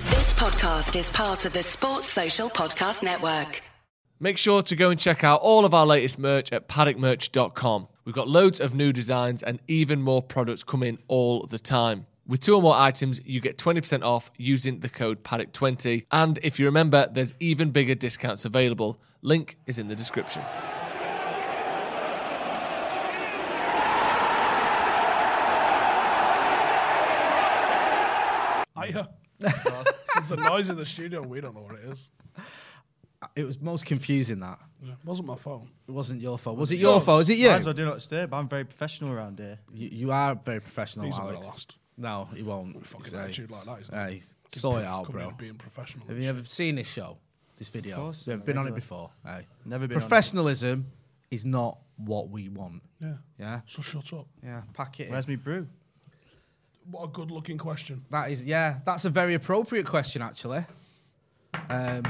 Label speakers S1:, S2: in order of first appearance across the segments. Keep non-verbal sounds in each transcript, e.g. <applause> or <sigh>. S1: podcast is part of the Sports Social Podcast Network.
S2: Make sure to go and check out all of our latest merch at paddockmerch.com. We've got loads of new designs and even more products coming all the time. With two or more items, you get 20% off using the code paddock20. And if you remember, there's even bigger discounts available. Link is in the description.
S3: Hiya. There's a noise in Uh, the studio. We don't know what it is.
S4: It was most confusing that.
S3: Yeah, it wasn't my phone.
S4: It wasn't your fault. Was it your fault? Is it you?
S5: Might as well do not disturb. I'm very professional around here.
S4: you? You are very professional,
S3: These are
S4: Alex.
S3: the last.
S4: No, he won't.
S3: Fucking
S4: He's like-
S3: attitude like that. Isn't it?
S4: Hey, sort it out,
S3: Coming
S4: bro.
S3: in being professional.
S4: Have you ever seen this show? This video? Have
S5: course,
S4: you ever been on it
S5: regular.
S4: before? Hey.
S5: Never been on it.
S4: Professionalism is not what we want.
S3: Yeah.
S4: Yeah.
S3: So shut up.
S4: Yeah. Pack it. in.
S5: Where's me brew?
S3: What a good looking question.
S4: That is, yeah, that's a very appropriate question, actually. Um,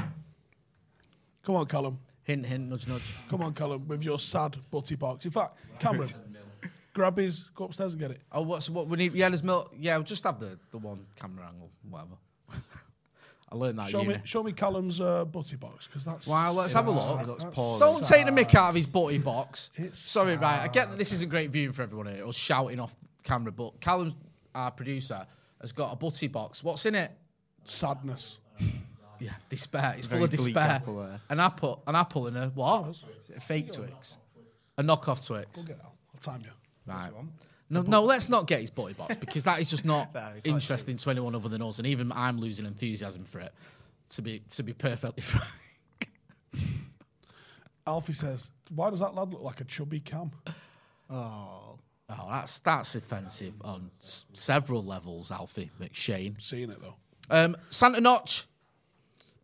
S3: Come on, Callum.
S4: hint, hint, nudge, nudge.
S3: Come on, Callum, with your sad butty box. In fact, Cameron, grab his, go upstairs and get it.
S4: Oh, what's what we need? Yeah, there's milk. Yeah, we'll just have the, the one camera angle, whatever. <laughs> I learned that. at
S3: Show me,
S5: <laughs>
S4: uni.
S3: show me Callum's uh, butty box because that's.
S4: Well, let's have a
S3: that's-
S4: look.
S3: that's-
S4: Don't take the mick out of his butty
S5: <laughs>
S4: box.
S3: It's
S4: Sorry,
S3: sad.
S4: right. I get that this isn't great viewing for everyone here, or shouting off camera, but Callum, our producer, has got a butty box. What's in it?
S3: sadness.
S4: Yeah, <laughs> despair. It's full
S5: Very
S4: of
S5: bleak
S4: despair.
S5: apple there.
S4: An apple, an apple, and a what?
S5: Is it a fake Twix?
S4: A knockoff Twix.
S3: Get it out. I'll time you.
S4: Right. No, no, let's not get his body box because that is just <laughs> not
S5: No, we can't
S4: interesting to anyone other than us, and even I'm losing enthusiasm for it. To be to be perfectly <laughs> frank,
S3: Alfie says, "Why does that lad look like a chubby cam?"
S4: oh, that's that's offensive on s- several levels, Alfie McShane.
S3: Seeing it though.
S4: Um, Santa Notch,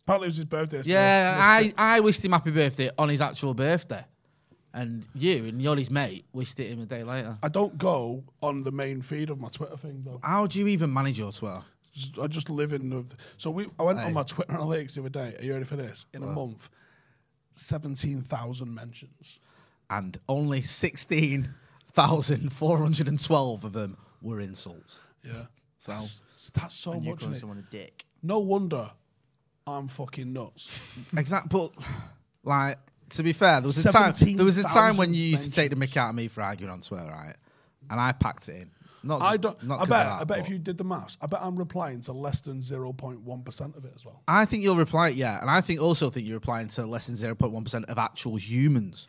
S3: Apparently, it was his birthday. so
S4: yeah,
S3: let's
S4: I, I wished him happy birthday on his actual birthday, and you and you're his mate wished it him a day later.
S3: I don't go on the main feed of my Twitter thing though.
S4: How do you even manage your Twitter?
S3: Just- I just live in. the- So we, I went on my Twitter analytics the other day. Are you ready for this? In a month, seventeen thousand mentions.
S4: And only sixteen thousand four hundred and twelve of them were insults.
S3: Yeah, that's that's so
S5: You
S3: much.
S5: calling
S3: innit?
S5: someone a dick?
S3: No wonder I'm fucking nuts.
S4: Exact, but like to be fair, there was a time. There was a time when you used to take the mick out of me for arguing on Twitter, right? And I packed it in. Not just,
S3: I don't.
S4: Not
S3: I
S4: 'cause
S3: bet.
S4: of that,
S3: I bet if
S4: but-
S3: you did the maths, I bet I'm replying to less than zero point one percent of it as well.
S4: I think you'll reply, yeah, and I think also think you're replying to less than zero point one percent of actual humans.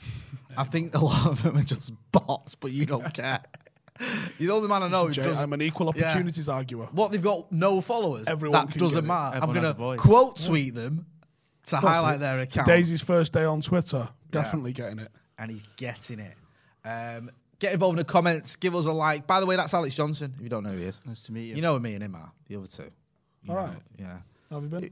S4: I think a lot of them are just bots, but you don't care. You're the only man I know who
S3: Jay,
S4: doesn't.
S3: I'm an equal
S4: Oh, yeah.
S3: opportunities arguer.
S4: What they've got no followers.
S3: Everyone
S4: that
S3: can get
S4: doesn't
S3: it.
S4: matter.
S5: Everyone
S4: I'm
S5: has a
S4: gonna
S5: voice.
S4: quote tweet them to
S3: That's
S4: highlight
S3: it.
S4: their account.
S3: Today's his first day on Twitter. Definitely getting it.
S4: and he's getting it. Um, get involved in the comments. Give us a like. By the way, that's Alex Johnson. If you don't know who he is,
S5: Nice to meet you.
S4: You know who me and him are. The other two. You
S3: All
S4: know
S3: right.
S4: it, Yeah.
S3: How have you been?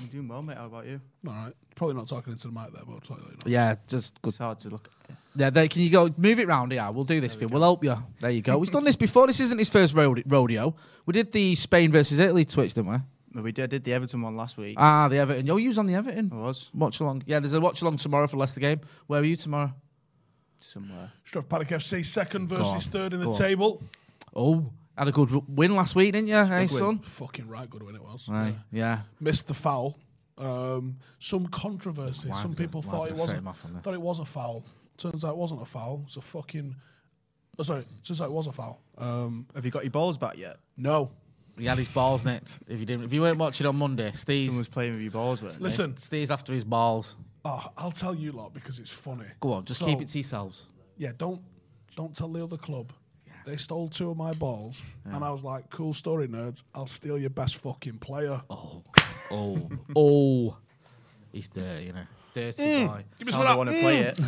S5: I'm doing well, mate. How about you?
S3: All right. Probably not talking into the mic there, but I'll tell you later.
S4: Yeah. Just good.
S5: It's hard to look. at.
S4: Yeah. There, can you go move it round? Yeah. We'll do this for you. We'll help you. There you go. We've done this before. This isn't his first rode- rodeo. We did the Spain versus Italy Twitch, didn't we?
S5: No, we did, I did the Everton one last week.
S4: Ah, the Everton. Oh, you was on the
S5: I
S4: Everton
S5: was
S4: watch along. Yeah. There's a watch along tomorrow for Leicester game. Where are you tomorrow?
S5: somewhere.
S3: Strath Paddock FC second
S4: on,
S3: versus third in the
S4: go on.
S3: table.
S4: Oh, had a good r- win last week, didn't you? Hey, son.
S3: Fucking right good win it was.
S4: Right.
S3: Yeah.
S4: Yeah.
S3: Missed the foul. Um, some controversy.
S4: Why
S3: some
S4: did I-
S3: people
S4: why
S3: thought
S4: did
S3: it
S4: I set
S3: wasn't.
S4: him off on this?
S3: Thought it was a foul. Turns out it wasn't a foul. It's a fucking. Oh, sorry, turns out it was a foul. Um,
S5: Have you got your balls back yet?
S3: no,
S4: He had his balls nicked. If you didn't, if you weren't watching on Monday,
S5: Someone
S4: Steve's
S5: was playing with your balls, weren't they?
S3: listen.
S4: Steve's after his balls.
S3: Oh, I'll tell you lot because it's funny.
S4: Go on, just
S3: So-
S4: keep it to yourselves.
S3: yeah, don't don't tell the other club. They stole two of my balls, and I was like, "Cool story, nerds. I'll steal your best fucking player."
S4: Oh, oh, oh. He's dirty, you know. Dirty boy.
S3: Give
S5: That's how they want to play it.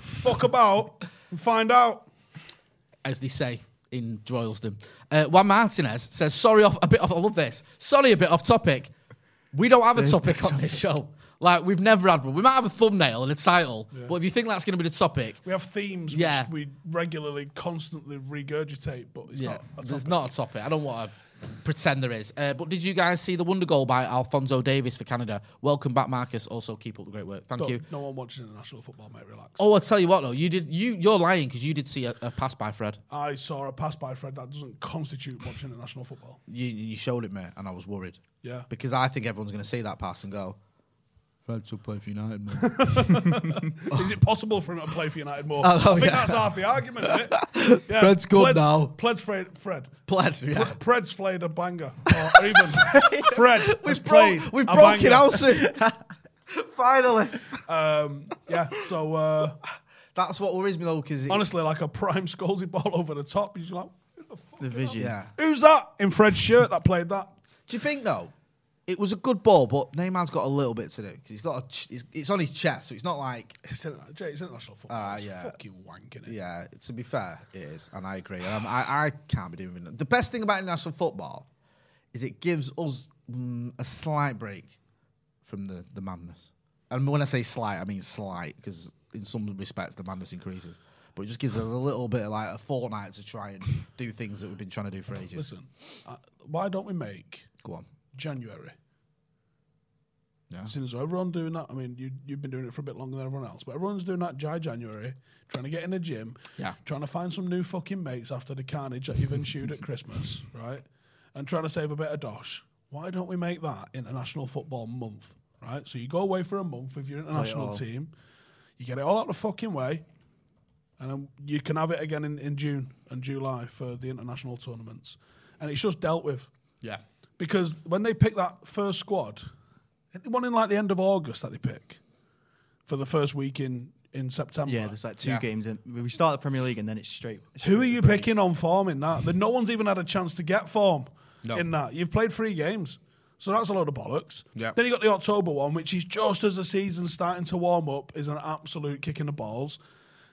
S3: Fuck about and find out.
S4: As they say in Droylsden. Uh, Juan Martinez says, sorry off a bit off I love this. Sorry a bit off topic. We don't have a topic on this show. Like we've never had one. We might have a thumbnail and a title, but if you think that's gonna be the topic,
S3: We have themes
S4: Yeah.
S3: which we regularly, constantly regurgitate, but it's
S4: yeah,
S3: not. a
S4: there's
S3: topic.
S4: not a topic. I don't want to pretend there is. Uh, but did you guys see the wonder goal by Alfonso Davis for Canada? Welcome back, Marcus. Also, keep up the great work. Thank
S3: No,
S4: you.
S3: no one watches international football, mate. Relax.
S4: Oh, I'll tell you what though, you did you you're lying because you did see a, a pass by Fred.
S3: I saw a pass by Fred that doesn't constitute watching international football.
S4: <laughs> You you showed it, mate, and I was worried.
S3: Yeah.
S4: Because I think everyone's gonna see that pass and go, Fred should play for United, man. <laughs>
S3: Is it possible for him to play for United more?
S4: I
S3: I,
S4: know,
S3: think
S4: yeah.
S3: that's half the argument. Isn't
S4: <laughs>
S3: it? Yeah.
S4: Fred's good
S3: Pled's-
S4: now.
S3: Pled's Fred.
S4: <laughs>
S3: Fred.
S4: Pled, yeah.
S3: Fred's played a banger, or
S4: <laughs>
S3: even Fred. has
S5: We've, bro-
S3: played
S5: we've
S3: a
S5: broken
S3: banger.
S5: Elson. Finally.
S3: Um, yeah, so uh,
S4: That's what worries me though, because
S3: honestly, like a prime Scholesy ball <laughs> over the top. You're just like, "Who the fuck
S5: The vision.
S4: yeah.
S3: Who's that in Fred's shirt that played that?
S4: Do you think though? It was a good ball, but Neymar's got a little bit to do because he's got a ch- it's, it's on his chest, so it's not like
S3: It's, in, Jay, it's international football.
S4: Ah,
S3: It's
S4: yeah.
S3: fucking wanking it.
S4: yeah. To be fair, it is, and I agree. Um, I I can't be doing it. the best thing about international football is it gives us mm, a slight break from the the madness. And when I say slight, I mean slight because in some respects the madness increases, but it just gives us a little bit of like a fortnight to try and do things that we've been trying to do for ages.
S3: Listen, uh, why don't we make
S4: Go on.
S3: January?
S4: Yeah.
S3: As soon as everyone doing that, I mean, you, you've been doing it for a bit longer than everyone else, but everyone's doing that Jai January, trying to get in the gym,
S4: Yeah.
S3: trying to find some new fucking mates after the carnage that you've ensued at Christmas, <laughs> right? And trying to save a bit of dosh. Why don't we make that International Football Month, right? So you go away for a month with your international
S5: all.
S3: team, you get it all out the fucking way, and then you can have it again in, in June and July for the international tournaments. And it's just dealt with
S4: Yeah.
S3: because when they pick that first squad, the one in like the end of August that they pick for the first week in in September.
S5: Yeah, there's like two
S4: Yeah.
S5: games in. We start the Premier League and then it's straight.
S3: Who are
S5: straight
S3: you
S5: to break.
S3: picking on form in that? That no one's even had a chance to get form in that. You've played three games, so that's a load of bollocks.
S4: Yeah.
S3: Then you got the October one, which is just as the season's starting to warm up, is an absolute kick in the balls.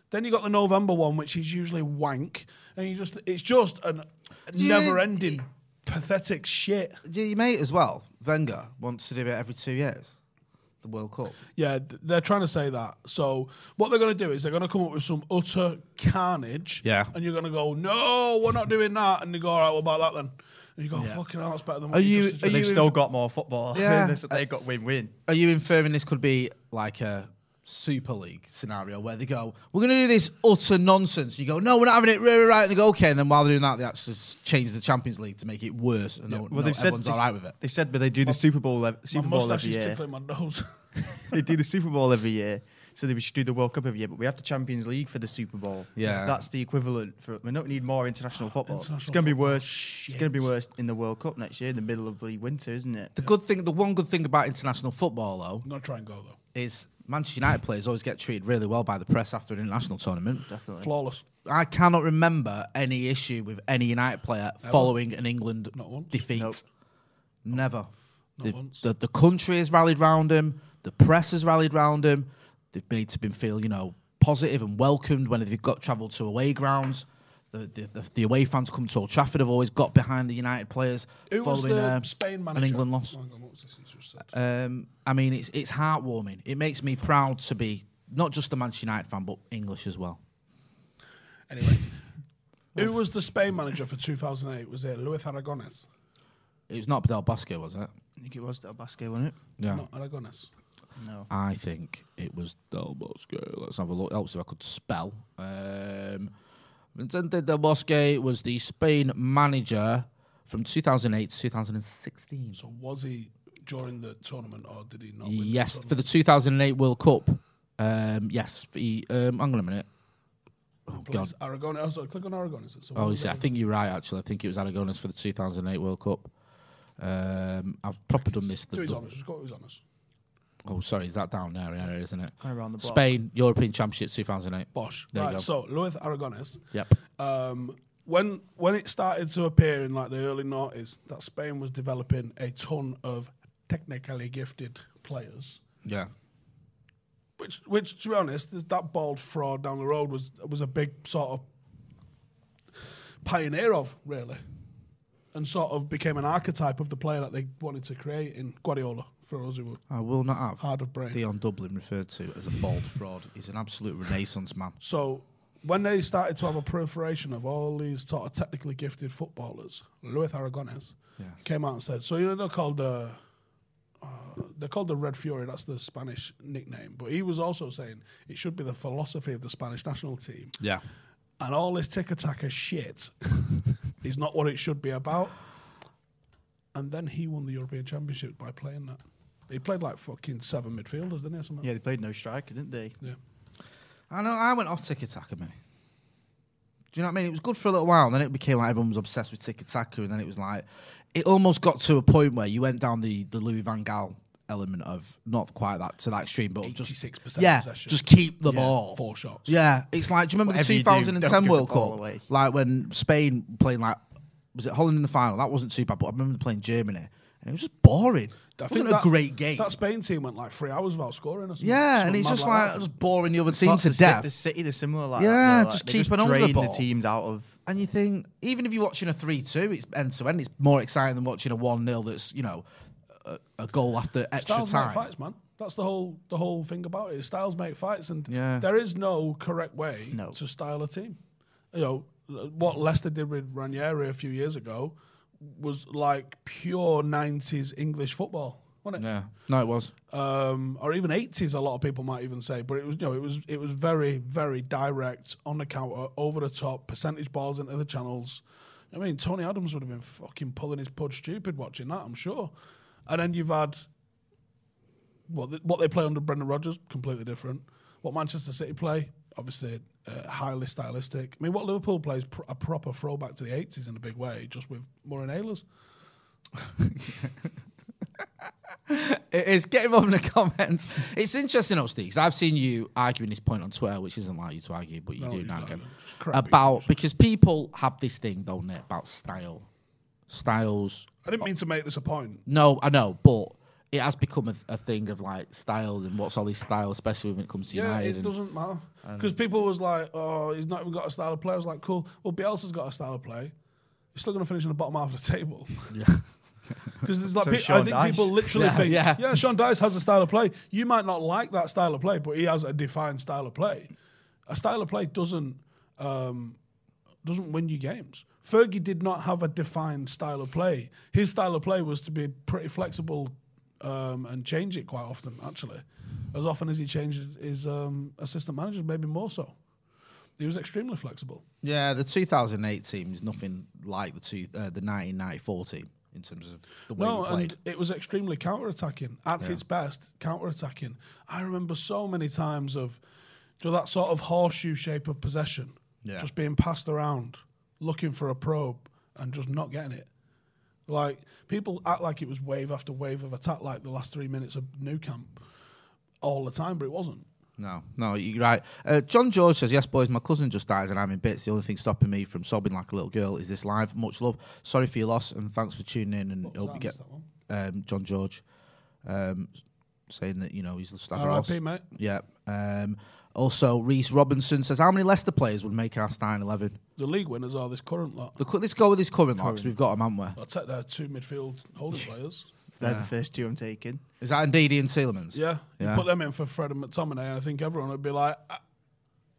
S3: Then you got the November one, which is usually wank, and you just it's just an
S4: you-
S3: never-ending pathetic shit.
S4: Do you mate as well? Wenger wants to do it every two years. The World Cup.
S3: Yeah, th- they're trying to say that. So what they're going to do is they're going to come up with some utter carnage.
S4: Yeah.
S3: And you're going to go, no, we're not doing that. And they go, all right, what about that then? And you go, fucking hell, that's better than what
S4: Are
S3: you,
S4: you-
S3: just
S4: are
S3: suggested."
S5: They've
S4: you-
S5: still got more football.
S4: Yeah.
S5: They- <laughs> they got win-win.
S4: Are you inferring this could be like a Super League scenario where they go, "We're going to do this utter nonsense." You go, "No, we're not having it." Right, right, right. And they go, "Okay." And then while they're doing that, they actually s- change the Champions League to make it worse, and no, no, everyone's all right with it.
S5: They said, but they do the Super Bowl. ev-
S3: My
S5: Super Bowl
S3: mustache
S5: every
S3: is
S5: year.
S3: tickling my nose. <laughs>
S5: they do the Super Bowl every year, so they should do the World Cup every year. But we have the Champions League for the Super Bowl.
S4: Yeah.
S5: that's the equivalent for. We don't need more international football. it's
S3: International
S5: going to be
S3: football,
S5: worse. It's going to be worse in the World Cup next year, in the middle of the winter, isn't it?
S4: The good thing, the one good thing about international football, though,
S3: I'm going to try and go, though.
S4: is Manchester United players always get treated really well by the press after an international tournament.
S5: Definitely.
S3: Flawless.
S4: I cannot remember any issue with any United player following an England
S3: Not once.
S4: defeat.
S5: Nope.
S4: Never. the,
S3: once.
S4: The, the country has rallied round him. The press has rallied round him. They've made him feel, you know, positive and welcomed when they've got travelled to away grounds. The, the, the, the away fans come to Old Trafford have always got behind the United players
S3: Who was
S4: following
S3: the
S4: um,
S3: Spain manager? Oh,
S4: an England loss.
S3: Hang on, what's this he's just said?
S4: Um, I mean, it's it's heartwarming. It makes me proud to be not just a Manchester United fan, but English as well.
S3: Anyway. Who was the Spain manager for 2008? Was it Luis Aragones?
S4: It was not Del Bosque, was it?
S5: I think it was Del Basque, wasn't it?
S4: Yeah.
S3: Not Aragones.
S5: No.
S4: I think it was Del Bosque. Let's have a look. Helps if I could spell. Um, Vicente Del Bosque was the Spain manager from 2008 to 2016.
S3: So was he during the tournament or did he not? win the
S4: Yes,
S3: tournament?
S4: for the 2008 World Cup. Um, yes, he. Um, hang on a minute. Oh God.
S3: Place Aragones. Oh, sorry, click on Aragones. So what
S4: Oh, you
S3: was
S4: see, I
S3: Aragones?
S4: think you're right. Actually, I think it was Aragones for the 2008 World Cup. Um, I've probably done this. The,
S3: Do his
S4: the-
S3: honours. Just go with his honours.
S4: oh, sorry, is that down there? Yeah, isn't it?
S5: Kinda round the block.
S4: Spain European Championship 2008.
S3: Bosh.
S4: There you
S3: right,
S4: go.
S3: so Luis Aragones.
S4: Yep.
S3: Um, when when it started to appear in like the early noughties that Spain was developing a ton of technically gifted players,
S4: Yeah.
S3: which which to be honest, th- that bald fraud down the road was was a big sort of pioneer of really, and sort of became an archetype of the player that they wanted to create in Guardiola for those who were
S4: I will not have
S3: hard of brain.
S4: Dion Dublin referred to as a bald fraud. He's an absolute renaissance man.
S3: So when they started to have a proliferation of all these sort of technically gifted footballers, Luis Aragonés came out and said, "So you know they're called the uh, they're called the Red Fury. That's the Spanish nickname." But he was also saying it should be the philosophy of the Spanish national team,
S4: Yeah.
S3: and all this tick attacker shit <laughs> is not what it should be about. And then he won the European Championship by playing that. He played like fucking seven midfielders, didn't he? or Something.
S5: Yeah, they played no striker, didn't they?
S3: yeah.
S4: I know. I went off Tiki Taka, mate. Do you know what I mean? It was good for a little while, and then it became like everyone was obsessed with Tiki Taka, and then it was like it almost got to a point where you went down the the Louis Van Gaal element of not quite that to that extreme, but just
S3: 86%
S4: yeah,
S3: possession.
S4: just keep the
S3: Yeah,
S4: ball.
S3: four shots.
S4: Yeah, it's like do you remember
S5: Whatever
S4: the
S5: you do, don't
S4: 2010
S5: give the
S4: World
S5: ball
S4: Cup?
S5: away.
S4: Like when Spain playing like was it Holland in the final? That wasn't too bad, but I remember them playing Germany, and it was just boring.
S3: I
S4: It
S3: think
S4: wasn't a great game.
S3: That Spain team went like three hours without scoring or something.
S4: yeah, and
S3: Something
S4: it's
S3: mad
S4: just like
S3: that.
S4: just boring the other team
S5: Lots
S4: to
S5: of Ci-
S4: death.
S5: The city, they're similar like
S4: Yeah,
S5: that. though, like,
S4: just
S5: they
S4: keep an eye on the
S5: drain
S4: ball.
S5: the teams out of.
S4: And you think, even if you're watching a 3 2, it's end to end, it's more exciting than watching a 1 0 that's, you know, a, a goal after extra
S3: styles
S4: time.
S3: make fights, man. That's the whole the whole thing about it. Styles make fights, and
S4: Yeah.
S3: there is no correct way to style a team. You know what Leicester did with Ranieri a few years ago was like pure '90s English football, wasn't it?
S4: Yeah. No, it was.
S3: um, or even 80s. A lot of people might even say, but it was you know it was it was very very direct on the counter, over the top, percentage balls into the channels. I mean, Tony Adams would have been fucking pulling his pud stupid watching that, I'm sure. And then you've had what th- what they play under Brendan Rodgers completely different. What Manchester City play, obviously uh, highly stylistic. I mean, what Liverpool plays pr- a proper throwback to the 80s in a big way, just with more inhalers.
S4: It is. Get involved in the <laughs> comments. It's interesting, though, Steve, 'cause I've seen you arguing this point on Twitter, which isn't like you to argue, but you
S3: No,
S4: do
S3: it's
S4: now and
S3: like
S4: again.
S3: a- it's crappy
S4: About, because people have this thing, don't they, about style. Styles
S3: I didn't mean to make this a point.
S4: No, I know, but it has become a, a thing of like style and what's all this style, especially when it comes to
S3: Yeah,
S4: United.
S3: it
S4: and-
S3: doesn't matter because people was like, "Oh, he's not even got a style of play." I was like, "Cool." Well, Bielsa's got a style of play. He's still going to finish in the bottom half of the table. <laughs> Yeah. Because there's like,
S5: So
S3: pe- I
S5: Sean
S3: think
S5: Dyche.
S3: people literally
S4: Yeah,
S3: think,
S4: yeah.
S3: yeah. Sean Dyche has a style of play. You might not like that style of play, but he has a defined style of play. A style of play doesn't um, doesn't win you games. Fergie did not have a defined style of play. His style of play was to be pretty flexible um, and change it quite often, actually. As often as he changed his um, assistant managers, maybe more so. He was extremely flexible.
S4: Yeah, the 2008 team is nothing like the two, uh, the 1994 team in terms of the way
S3: No,
S4: we played.
S3: and it was extremely counter-attacking. At its best, counter-attacking. I remember so many times of you know, that sort of horseshoe shape of possession,
S4: Yeah.
S3: just being passed around, looking for a probe, and just not getting it. Like people act like it was wave after wave of attack, like the last three minutes of New Camp, all the time, but it wasn't.
S4: No, no, you're right. Uh, John George says, "Yes, boys, my cousin just dies, and I'm in bits. The only thing stopping me from sobbing like a little girl is this live. Much love. Sorry for your loss, and thanks for tuning in. And hope you get um, John George um, saying that you know he's just had a loss.
S3: R.I.P. mate.
S4: Yeah. Um, also, Reese Robinson says, "How many Leicester players would make our starting 11?
S3: The league winners are this current lot.
S4: The, cu- let's go with this current lot 'cause we've got him, haven't we?
S3: I'll take their two midfield holding players.
S5: They're the first two I'm taking.
S4: Is that Ndidi and Tielemans?
S3: Yeah,
S4: Yeah.
S3: you put them in for Fred and McTominay, and I think everyone would be like, ah,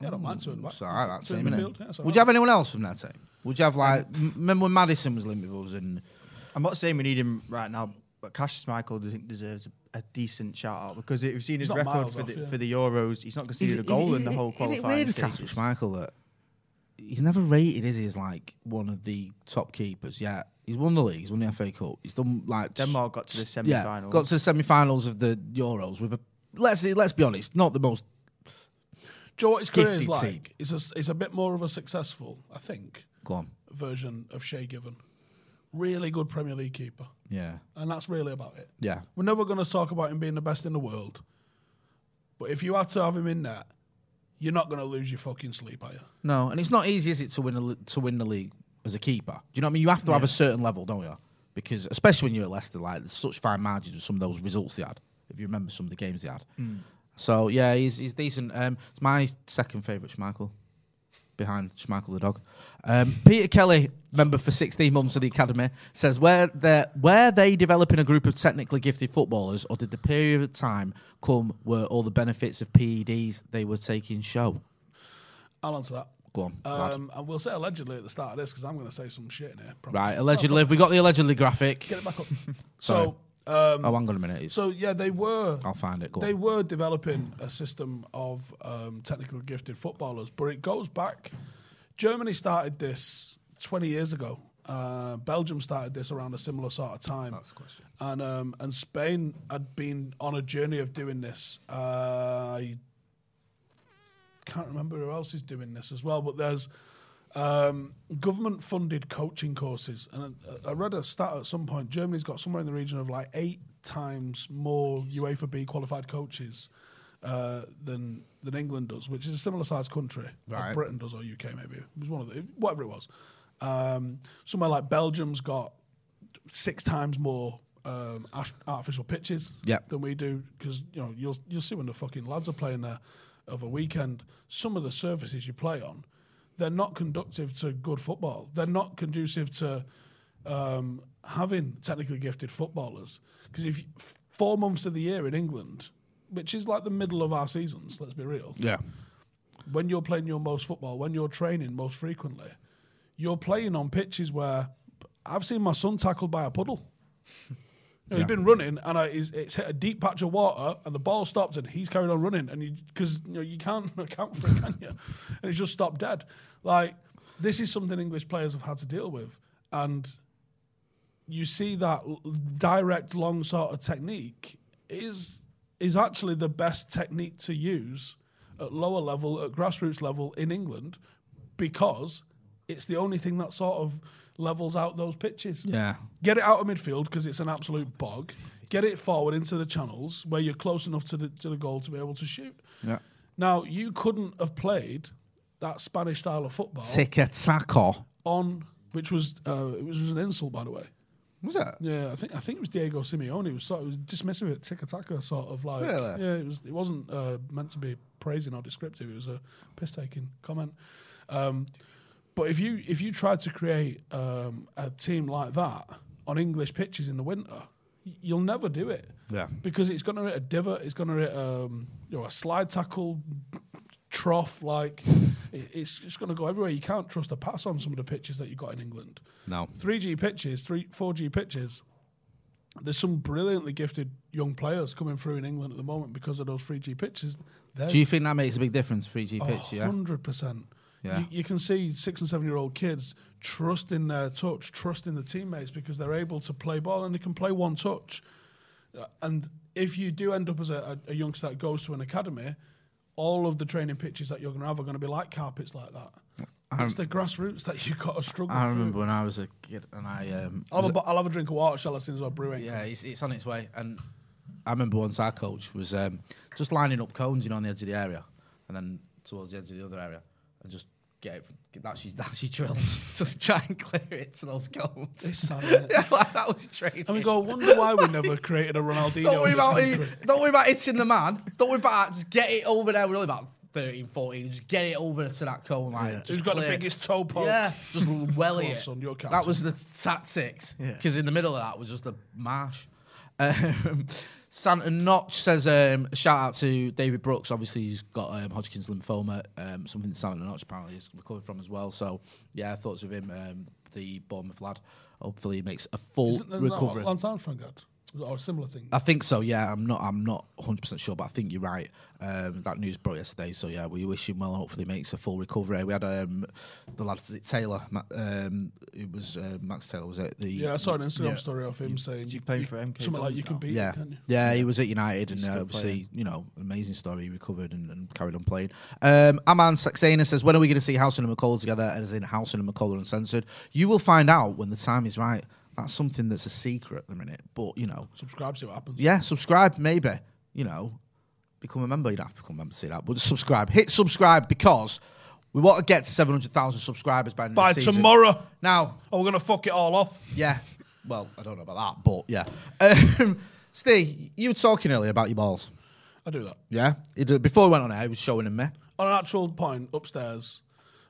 S3: yeah, I don't mind two in the back.
S4: Mm, It's all right, that
S3: Two
S4: team,
S3: in
S4: innit?
S3: midfield, yeah, it's all
S4: Would
S3: right.
S4: you have anyone else from that team? Would you have like?
S3: Um,
S4: m- remember when Madison was linked with us and
S5: I'm not saying we need him right now, but Cassius Michael does think deserves a, a decent shout out because if you've seen his
S3: not
S5: record
S3: miles
S5: for,
S3: off,
S5: the,
S3: yeah.
S5: for the Euros, he's not
S4: Is
S5: conceded a
S4: it-
S5: goal
S4: i-
S5: in the
S4: i-
S5: whole
S4: isn't it
S5: qualifying.
S4: weird with
S5: stages.
S4: Kasper Schmeichel that he's never rated, is he, as like one of the top keepers yet? He's won the league, he's won the FA Cup, he's done like t-
S5: Denmark got to the semi
S4: yeah,
S5: final.
S4: got to the semi-finals of the Euros with a let's let's be honest, not the most.
S3: Do you know what his career is
S4: Gifted
S3: like?
S4: team.
S3: It's a, s- it's a bit more of a successful, I think,
S4: Go on,
S3: version of Shea Given. Really good Premier League keeper,
S4: yeah,
S3: and that's really about it.
S4: yeah.
S3: We're never going to talk about him being the best in the world, but if you had to have him in there, you're not going to lose your fucking sleep, are you?
S4: No, and it's not easy, is it, to win a, li- to win the league as a keeper? Do you know what I mean? You have to have a certain level, don't you? Because especially when you're at Leicester, like there's such fine margins with some of those results they had. If you remember some of the games they had, so yeah, he's he's decent. Um, it's my second favourite Schmeichel, behind Schmeichel the dog. Um, Peter Kelly, member for 16 months of the academy, says where they where they developing a group of technically gifted footballers, or did the period E of time come where all the benefits of PEDs they were taking show?
S3: I'll answer that.
S4: Go on, lad.
S3: Um, and we'll say allegedly at the start of this because I'm going to say some shit in here. probably.
S4: Right, allegedly. We got the allegedly graphic.
S3: Get it
S4: <laughs>
S3: back up. so, um,
S4: Oh, hang on a minute. It's,
S3: so yeah, they were.
S4: I'll find it. Go
S3: They
S4: on.
S3: were developing a system of um, technically gifted footballers, but it goes back. Germany started this 20 years ago. Uh, Belgium started this around a similar sort of time. That's the question. And um, and Spain had been on a journey of doing this. Uh, I can't remember who else is doing this as well, but there's um, government funded coaching courses. And I- I read a stat at some point Germany's got somewhere in the region of like eight times more UEFA B qualified coaches uh, than than England does, which is a similar sized country. or
S4: Right.
S3: Britain does, or UK maybe. It was one of the, whatever it was. Um, somewhere like Belgium's got six times more um, art- artificial pitches
S4: Yep.
S3: than we do because you know you'll you'll see when the fucking lads are playing there of a weekend. Some of the surfaces you play on, they're not conductive to good football. They're not conducive to um, having technically gifted footballers because if you, f- four months of the year in England, which is like the middle of our seasons, let's be real,
S4: Yeah.
S3: when you're playing your most football, when you're training most frequently, you're playing on pitches where I've seen my son tackled by a puddle. You know, He's been running and I, he's, it's hit a deep patch of water, and the ball stopped, and he's carried on running, and because you, know you can't <laughs> account for it, can you? And it's just stopped dead. Like this is something English players have had to deal with, and you see that l- direct long sort of technique is is actually the best technique to use at lower level at grassroots level in England because it's the only thing that sort of levels out those pitches.
S4: Yeah.
S3: Get it out of midfield because it's an absolute bog. Get it forward into the channels where you're close enough to the to the goal to be able to shoot.
S4: Yeah.
S3: Now you couldn't have played that Spanish style of football
S4: Tick a taco.
S3: on which was uh, it was an insult by the way.
S4: Was it?
S3: Yeah, I think I think it was Diego Simeone who was sort of was dismissive at tick attacker sort of like
S4: Really?
S3: yeah, it was it wasn't uh, meant to be praising or descriptive. It was a piss taking comment. Um, but if you if you tried to create um, a team like that on English pitches in the winter, y- you'll never do it.
S4: Yeah.
S3: because it's going to hit a divot. It's going to hit um, you know a slide tackle trough. Like it, it's just going to go everywhere. You can't trust a pass on some of the pitches that you got in England
S4: No.
S3: three G pitches, three four G pitches. There's some brilliantly gifted young players coming through in England at the moment because of those three G pitches. They're
S4: Do you think that makes a big difference, 3G pitch? Yeah.
S3: Oh, hundred percent.
S4: Yeah.
S3: You, you can see six and seven year old kids trusting their touch, trusting the teammates because they're able to play ball and they can play one touch. Uh, And if you do end up as a, a, a youngster that goes to an academy, all of the training pitches that you're going to have are going to be like carpets like that. it's the grassroots that you've got to struggle.
S4: I
S3: through.
S4: remember when I was a kid and I um,
S3: I'll have, a, bo- I'll have a drink of water, shall I, since I brew it?
S4: Yeah, it's, it's on its way. And I remember once our coach was um, just lining up cones, you know, on the edge of the area, and then towards the edge of the other area, and just get it. Get that she that she drills. <laughs> just try and clear it to those cones. <laughs>
S3: It's sad, isn't it?
S4: yeah, like that was training.
S3: And we go, I wonder why we never created a
S4: <laughs>
S3: Ronaldinho.
S4: don't worry
S3: in this
S4: about it.
S3: country.
S4: Don't worry about hitting the man. Don't worry about that. Just get it over there. We're only about 13, 14. Just get it over to that cone line. Just
S3: Who's got the
S4: clear.
S3: biggest toe pole?
S4: Yeah,
S3: <laughs>
S4: just welly
S3: Come on,
S4: it.
S3: son, you're
S4: that was the tactics.
S5: Yeah.
S4: Because in the middle of that was just a marsh. Um, <laughs> Santa Notch says, um, shout out to David Brooks. Obviously, he's got um, Hodgkin's lymphoma, um, something that Santa Notch apparently is recovering from as well. So, yeah, thoughts of him, um, the Bournemouth lad. Hopefully, he makes a full
S3: Isn't that what
S4: recovery.
S3: Lance Armstrong had? Or a similar thing.
S4: I think so. Yeah, I'm not. I'm not 100 percent sure, but I think you're right. Um, that news broke yesterday, so yeah, we wish him well. and Hopefully, he makes a full recovery. We had um, the lad is it Taylor. Ma- Um, it was uh, Max Taylor. Was it the?
S3: yeah, I saw an Instagram
S5: Yeah.
S3: story of him saying.
S5: you playing for MK
S3: Something like
S5: Dons
S3: you can
S5: now?
S3: beat
S4: Yeah,
S3: him, can't you?
S4: yeah, he was at United, and
S5: He's
S4: uh,
S5: still
S4: obviously,
S5: playing.
S4: you know, amazing story. He recovered and, and carried on playing. Um, Aman Saxena says, "When are we going to see Housen and McCullough together?" As in Housen and McCullough uncensored. You will find out when the time is right. That's something that's a secret at the minute, but you know,
S3: Subscribe, see what happens.
S4: yeah, subscribe, maybe. You know, become a member. You don't have to become a member to see that, but just subscribe. Hit subscribe because we want to get to 700,000 subscribers by, the end of
S3: By
S4: the season.
S3: tomorrow.
S4: Now,
S3: Oh, we're going to fuck it all off.
S4: yeah. Well, I don't know about that, but yeah. Um, <laughs> Steve, you were talking earlier about your balls.
S3: I do that.
S4: Yeah. You did- Before we went on air, he was showing him me.
S3: On an actual point, upstairs,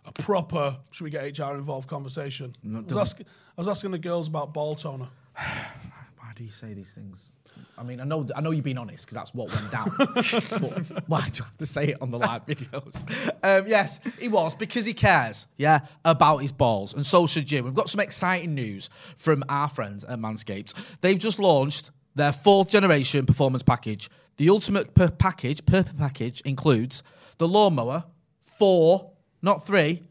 S3: a proper, should we get HR involved conversation? I was, ask- I was asking the girls about ball toner.
S4: Why do you say these things? I mean, I know, I know you're being honest because that's what went down. but why do you have to say it on the live videos? Um, yes, he was because he cares, yeah, about his balls, and so should you. We've got some exciting news from our friends at Manscaped. They've just launched their fourth generation performance package. The ultimate per package, per package includes the lawnmower four, not three,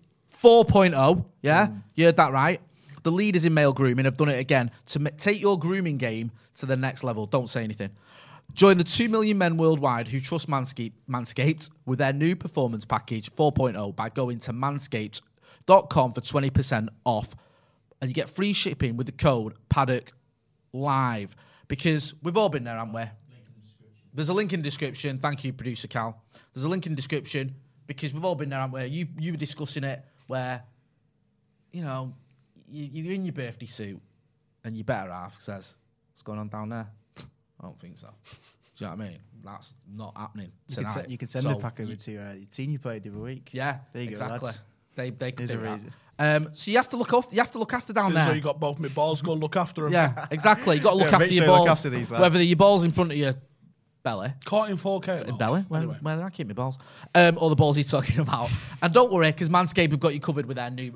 S4: 4.0. oh, Yeah, you heard that right. The leaders in male grooming have done it again to ma- take your grooming game to the next level. Don't say anything. Join the 2 million men worldwide who trust Manscaped, Manscaped with their new performance package 4.0 by going to manscaped.com for 20% off. And you get free shipping with the code Paddock Live because we've all been there, haven't we? There's a link in the description. Thank you, producer Cal. There's a link in the description because we've all been there, haven't we? You you were discussing it where, you know, you, you're in your birthday suit and your better half says, "What's going on down there?" I don't think so. Do you know what I mean? That's not happening
S5: You could,
S4: tonight.
S5: se- you could send a
S4: So
S5: pack over
S4: you-
S5: to uh, your team you played the other week.
S4: Yeah,
S5: There you go,
S4: exactly.
S5: lads.
S4: They they could
S5: There's
S4: do
S5: a
S4: that.
S5: reason.
S4: Um, so you have to look off. You have to look after down there.
S3: So you got both my balls. Go look after them.
S4: yeah, exactly. You got to look
S5: Yeah,
S4: after
S5: make
S4: your
S5: sure you
S4: balls.
S5: look after these lads.
S4: Whether your balls in front of your belly
S3: Caught in 4K. though.
S4: belly. Where,
S3: Anyway.
S4: where did I keep my balls? Um, or the balls he's talking <laughs> about. and don't worry, because Manscaped have got you covered with their new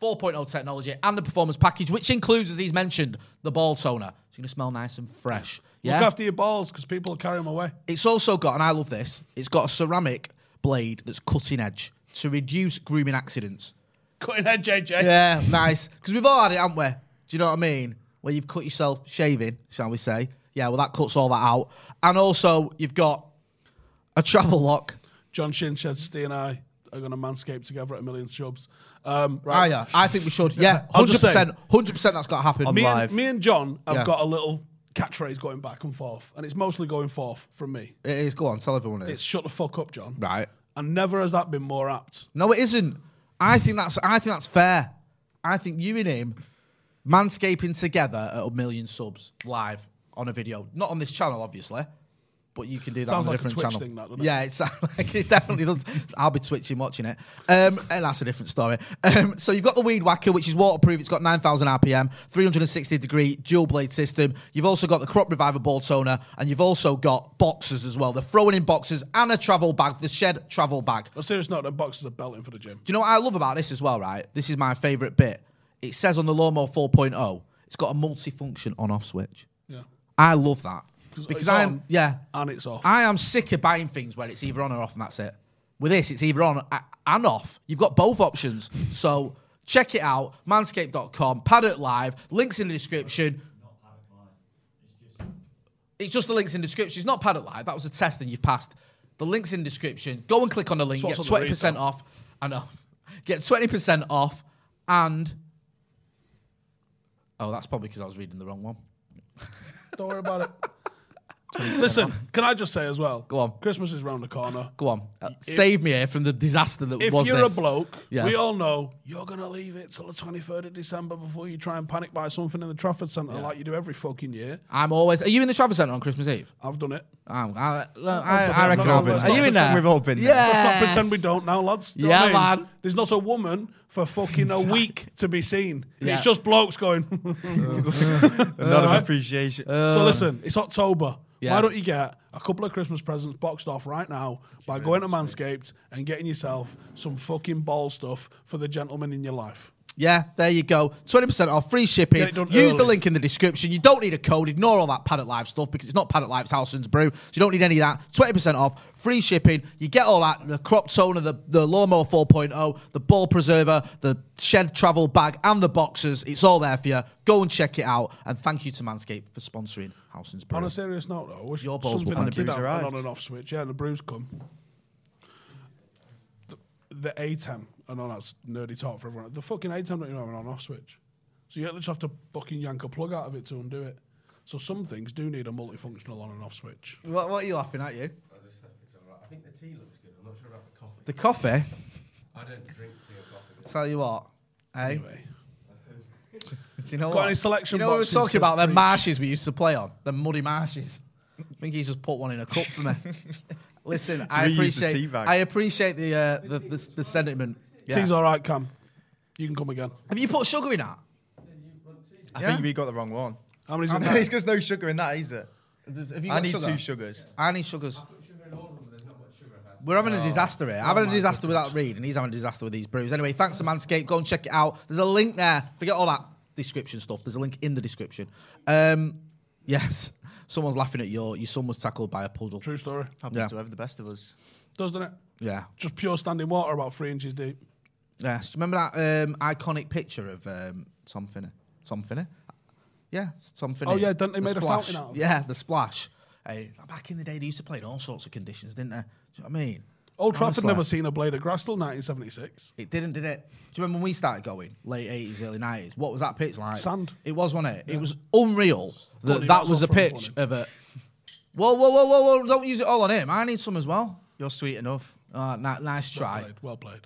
S4: 4.0 technology and the performance package, which includes, as he's mentioned, the ball toner. So you're gonna smell nice and fresh. Yeah.
S3: Look after your balls because people will carry them away. <laughs>
S4: It's also got, and I love this, it's got a ceramic blade that's cutting edge to reduce grooming accidents.
S3: Cutting edge, JJ.
S4: Yeah, <laughs> nice. Because we've all had it, haven't we? Do you know what I mean? Where you've cut yourself shaving, shall we say? Yeah, well, that cuts all that out. And also, you've got a travel lock.
S3: John Shin said, Steve and I are going to manscape together at a million subs. Um, right.
S4: Oh, yeah. I think we should. Yeah,
S3: I'll
S4: hundred
S3: just say-
S4: percent, hundred percent. That's got to happen.
S3: me,
S5: live.
S3: and, me and John have
S4: Yeah.
S3: got a little catchphrase going back and forth, and it's mostly going forth from me.
S4: It is. Go on, tell everyone it is.
S3: It's shut the fuck up, John.
S4: right.
S3: And never has that been more apt.
S4: No, it isn't. I think that's. I think that's fair. I think you and him manscaping together at a million subs live on a video, not on this channel, obviously. But you can do that
S3: Sounds
S4: on a
S3: like a Twitch
S4: different channel.
S3: thing, that, doesn't it?
S4: yeah, it sounds <laughs> like it definitely does. I'll be twitching watching it, um, and that's a different story. Um, so you've got the Weed Whacker, which is waterproof. It's got 9,000 RPM, 360 degree dual blade system. You've also got the Crop Reviver ball toner, and you've also got boxes as well. They're throwing in boxes and a travel bag, the shed travel bag.
S3: On a serious note, them boxes are belting for the gym.
S4: Do you know what I love about this as well, right? This is my favourite bit. It says on the Lawnmower 4.0, it's got a multi-function on-off switch.
S3: Yeah.
S4: I love that.
S3: it's
S4: Because I'm,
S3: on
S4: yeah.
S3: and it's off.
S4: I am sick of buying things where it's either on or off and that's it. With this, it's either on a- and off. You've got both options. So check it out, manscaped.com, Paddock Live, links in the description. It's just the links in the description. It's not Paddock Live. That was a test and you've passed. The links in the description. Go and click on the link.
S3: It's
S4: Get
S3: what's on the
S4: 20% off. I know. Get 20% off and. Oh, that's probably because I was reading the wrong one.
S3: <laughs> Don't worry about it. Listen, can I just say as well?
S4: Go on.
S3: Christmas is round the corner.
S4: Go on. Uh, save me here from the disaster that
S3: If
S4: was
S3: you're
S4: this.
S3: a bloke,
S4: Yeah.
S3: we all know you're going to leave it till the 23rd of December before you try and panic buy something in the Trafford Centre like you do every fucking year.
S4: I'm always. Are you in the Travel Centre on Christmas Eve?
S3: I've done it.
S4: I'm, I, look, I, I
S3: I've
S4: reckon.
S3: not
S4: I'll
S3: been
S4: be-
S3: there.
S4: Are you in there?
S5: We've all been there.
S4: Yeah.
S5: Let's
S3: Let's not pretend we don't now, lads. You know
S4: Yeah,
S3: what I
S4: man.
S3: There's not a woman for fucking a week to be seen.
S4: Yeah.
S3: It's just blokes going. <laughs>
S5: Not of appreciation.
S4: Uh,
S3: so listen, it's October.
S4: Yeah.
S3: Why don't you get a couple of Christmas presents boxed off right now by going to Manscaped and getting yourself some fucking ball stuff for the gentleman in your life?
S4: Yeah, there you go. Twenty percent off, free shipping.
S3: Get it done
S4: Use the
S3: early.
S4: link in the description. You don't need a code. Ignore all that Paddock Live stuff because it's not Paddock Live's house and brew. So you don't need any of that. Twenty percent off, free shipping. You get all that: the crop toner, the the lawnmower 4.0, the ball preserver, the shed travel bag, and the boxes. It's all there for you. Go and check it out. And thank you to Manscaped for sponsoring House and Brew.
S3: On a serious note, though, I wish
S4: Your balls
S3: something
S4: will
S3: I
S4: come.
S3: did
S5: And the
S3: have
S5: brews
S3: an
S5: arrived.
S3: on and off switch. Yeah, and the brews come. The, the ATEM, I know that's nerdy talk for everyone. The fucking ATEM don't even have an on off switch. So you literally have to fucking yank a plug out of it to undo it. So some things do need a multifunctional on and off switch.
S4: what, what are you laughing at? You
S6: I just think it's all right. I think the tea looks good. I'm not sure about the coffee.
S4: the coffee.
S6: I don't drink tea or coffee.
S4: Tell you what, hey.
S3: Anyway,
S4: Do you know
S3: Got
S4: what?
S3: any selection
S4: You know what we were
S3: boxes
S4: talking
S3: says
S4: about? The
S3: preach?
S4: marshes we used to play on. The muddy marshes. I think he's just put one in a cup
S3: <laughs>
S4: for me. Listen, I
S5: we use the tea
S4: appreciate.
S5: bag.
S4: I appreciate the uh, the, the the sentiment. Yeah.
S3: tea's all right, Cam. You can come again.
S4: Have you put sugar in that?
S5: I think we got the wrong one.
S3: I How many's in
S5: <laughs> it's
S3: that?
S5: because no sugar in that, is it?
S4: Does- Have you
S5: I
S4: got
S5: need
S4: sugar?
S5: two sugars.
S4: I need sugars. We're having a disaster
S5: Oh
S4: here. I'm having a disaster without Reed, and he's having a disaster with these brews. Anyway, thanks to Manscaped. Go and check it out. There's a link there. Forget all that description stuff. There's a link in the description. Um, yes, <laughs> someone's laughing at your. Your son was tackled by a puddle.
S3: True story.
S5: Happens
S4: Yeah.
S5: to have the best of us.
S3: Does, doesn't it?
S4: Yeah,
S3: Just pure standing water, about three inches deep.
S4: yes. Do you remember that um, iconic picture of um, Tom Finney? Tom Finney. Yeah, it's Tom Finney.
S3: Oh, yeah, didn't they
S4: The
S3: made a
S4: splash.
S3: fountain out of it?
S4: Yeah, the splash. Hey, back in the day, they used to play in all sorts of conditions, didn't they? Do you know what I mean?
S3: Old Trafford
S4: Honestly.
S3: never seen a blade of grass till 1976.
S4: It didn't, did it? Do you remember when we started going late eighties, early nineties? What was that pitch like?
S3: Sand.
S4: It was, wasn't it? It was unreal that
S3: Bloody
S4: that
S3: miles
S4: was the
S3: off front
S4: pitch
S3: corner.
S4: of a. Whoa, whoa, whoa, whoa, whoa! Don't use it all on him. I need some as well.
S5: You're sweet enough.
S4: Uh, ni- nice
S3: Well
S4: try,
S3: played. Well played.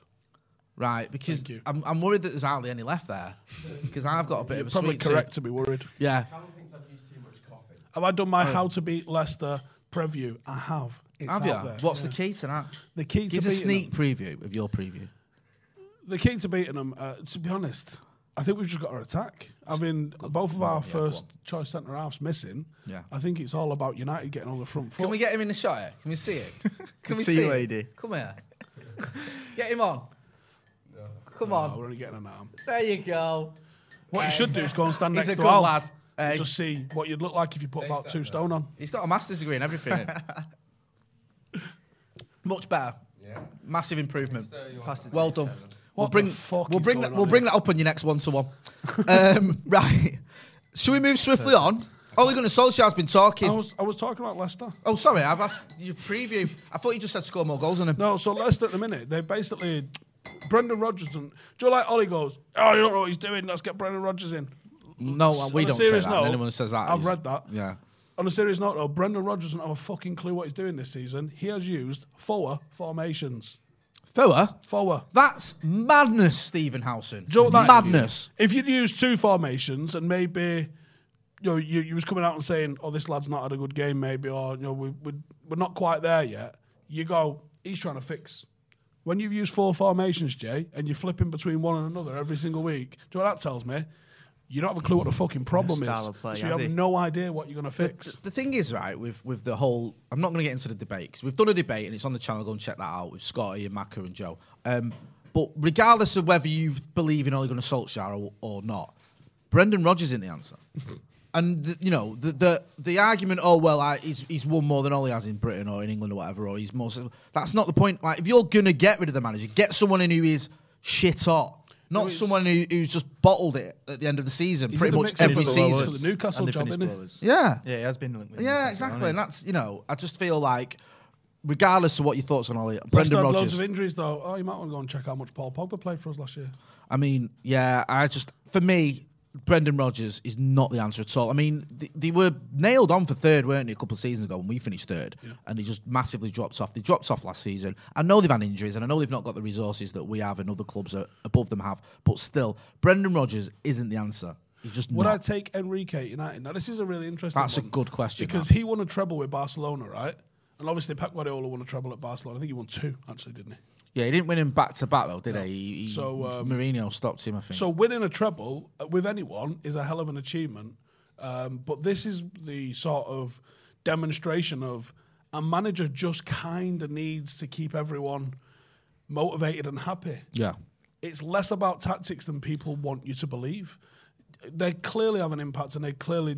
S4: right? Because
S3: Thank you.
S4: I'm, I'm worried that there's hardly any left there
S3: <laughs>
S4: because I've got a bit of a
S3: Probably
S4: sweet. tooth.
S3: correct to be worried.
S4: Yeah,
S6: Callum thinks I've used too much coffee.
S3: Have I done my how to beat Leicester preview? I have. It's
S4: Oh. have
S3: out
S4: you?
S3: there.
S4: What's
S3: Yeah.
S4: the key to that?
S3: The key to
S4: It's a
S3: beating
S4: sneak
S3: them-
S4: preview of your preview.
S3: The key to beating them. Uh, to be honest, I think we've just got our attack. I mean, both of our first choice centre halves missing.
S4: Yeah.
S3: I think it's all about United getting on the front foot.
S4: Can we get him in the shot? Here? Can we see it?
S3: <laughs>
S4: Can we
S5: Tea
S4: see it?
S5: lady.
S4: Come here. <laughs> Get him on. Come on.
S3: Oh, we're only getting an arm.
S4: There you go.
S3: What you should do is go and stand
S4: He's
S3: next
S4: a
S3: to
S4: good
S3: Al.
S4: lad.
S3: and
S4: Hey.
S3: Just see what you'd look like if you put about two stone on.
S4: He's got a master's degree in everything.
S3: <laughs>
S4: Much better.
S6: Yeah.
S4: Massive improvement.
S6: So you
S5: Past it to
S4: Well
S5: you.
S4: done. we'll
S3: the
S4: bring
S3: fuck
S4: we'll
S3: is
S4: bring
S3: going
S4: that,
S3: on
S4: we'll bring
S3: here?
S4: that up on your next one to one. Um, <laughs> right. Should we move swiftly on? Ole Gunnar Solskjaer's been
S3: I
S4: talking.
S3: was I was talking about Leicester.
S4: oh, sorry, I've asked you preview. I thought you just said score more goals than him.
S3: No, so Leicester at the minute, they basically Brendan Rodgers and do you like Ollie goes, Oh, you don't know what he's doing, let's get Brendan Rodgers in.
S4: No, uh, we
S3: on a
S4: don't say
S3: serious
S4: that.
S3: note,
S4: Anyone who says that,
S3: I've
S4: is-
S3: read that.
S4: Yeah.
S3: On a serious note though, Brendan Rodgers doesn't have a fucking clue what he's doing this season. He has used four formations.
S4: Foa,
S3: Four.
S4: that's madness, Stephen Housen.
S3: Do you know what that is?
S4: madness.
S3: If you'd used two formations and maybe you know, you, you was coming out and saying, Oh, this lad's not had a good game, maybe, or you know, we, we we're not quite there yet, you go, he's trying to fix. When you've used four formations, Jay, and you're flipping between one and another every single week, do you know what that tells me? You don't have a clue what the fucking problem
S5: The
S3: is.
S5: style of play,
S3: so you
S5: has
S3: have
S5: he?
S3: no idea what you're gonna fix.
S4: The, the thing is, right, with with the whole, I'm not going to get into the debate because we've done a debate and it's on the channel. Go and check that out with Scotty and Macca and Joe. Um, but regardless of whether you believe in Ole Gunnar Solskjaer or, or not, Brendan Rodgers in the answer.
S3: <laughs>
S4: and the, you know the, the the argument, oh well, I, he's he's won more than Ole has in Britain or in England or whatever, or he's more. That's not the point. Like if you're gonna get rid of the manager, get someone in who is shit hot. Not someone who, who's just bottled it at the end of the season,
S3: He's
S4: pretty
S3: in the
S4: much
S3: mix-up
S4: every
S3: for the
S4: season.
S3: lowest. For the Newcastle
S5: And they
S3: job,
S5: finished
S3: innit?
S5: lowest.
S4: Yeah.
S5: Yeah, he has been linked with
S4: Yeah,
S5: Newcastle,
S4: exactly.
S5: hasn't
S4: And that's, you know, I just feel like, regardless of what your thoughts on Ollie,
S3: Leicester
S4: Brendan
S3: had loads
S4: Rodgers.
S3: of injuries though. Oh, you might want to go and check how much Paul Pogba played for us last year.
S4: I mean, yeah, I just, for me, Brendan Rodgers is not the answer at all. I mean, th- they were nailed on for third, weren't they, a couple of seasons ago when we finished third, and they just massively dropped off. They dropped off last season. I know they've had injuries, and I know they've not got the resources that we have and other clubs a- above them have, but still, Brendan Rodgers isn't the answer. He's just
S3: Would
S4: not.
S3: I take Enrique at United? Now, this is a really interesting.
S4: That's a
S3: one
S4: good question,
S3: because
S4: that.
S3: he won a treble with Barcelona, right? And obviously, Pep Guardiola won a treble at Barcelona. I think he won two actually, didn't he?
S4: yeah, he didn't win him back to back, though, did he? he? he-
S3: So, um,
S4: Mourinho stopped him, I think.
S3: So winning a treble uh, with anyone is a hell of an achievement. Um, but this is the sort of demonstration of a manager just kind of needs to keep everyone motivated and happy.
S4: yeah.
S3: it's less about tactics than people want you to believe. They clearly have an impact, and they clearly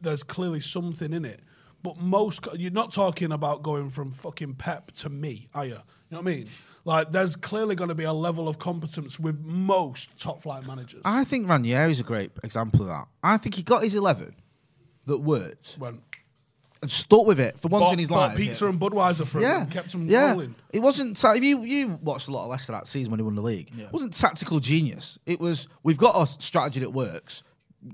S3: there's clearly something in it. But most you're not talking about going from fucking Pep to me, are you? You know what I mean? Like, there's clearly going to be a level of competence with most top flight managers.
S4: I think Ranieri's a great example of that. I think he got his 11 that worked
S3: when
S4: and stuck with it for once
S3: bought,
S4: in his
S3: bought
S4: life.
S3: pizza and Budweiser for him,
S4: yeah,
S3: and kept him
S4: yeah.
S3: rolling.
S4: It wasn't. ta- If you you watched a lot of Leicester that season when he won the league, it wasn't tactical genius. It was we've got a strategy that works.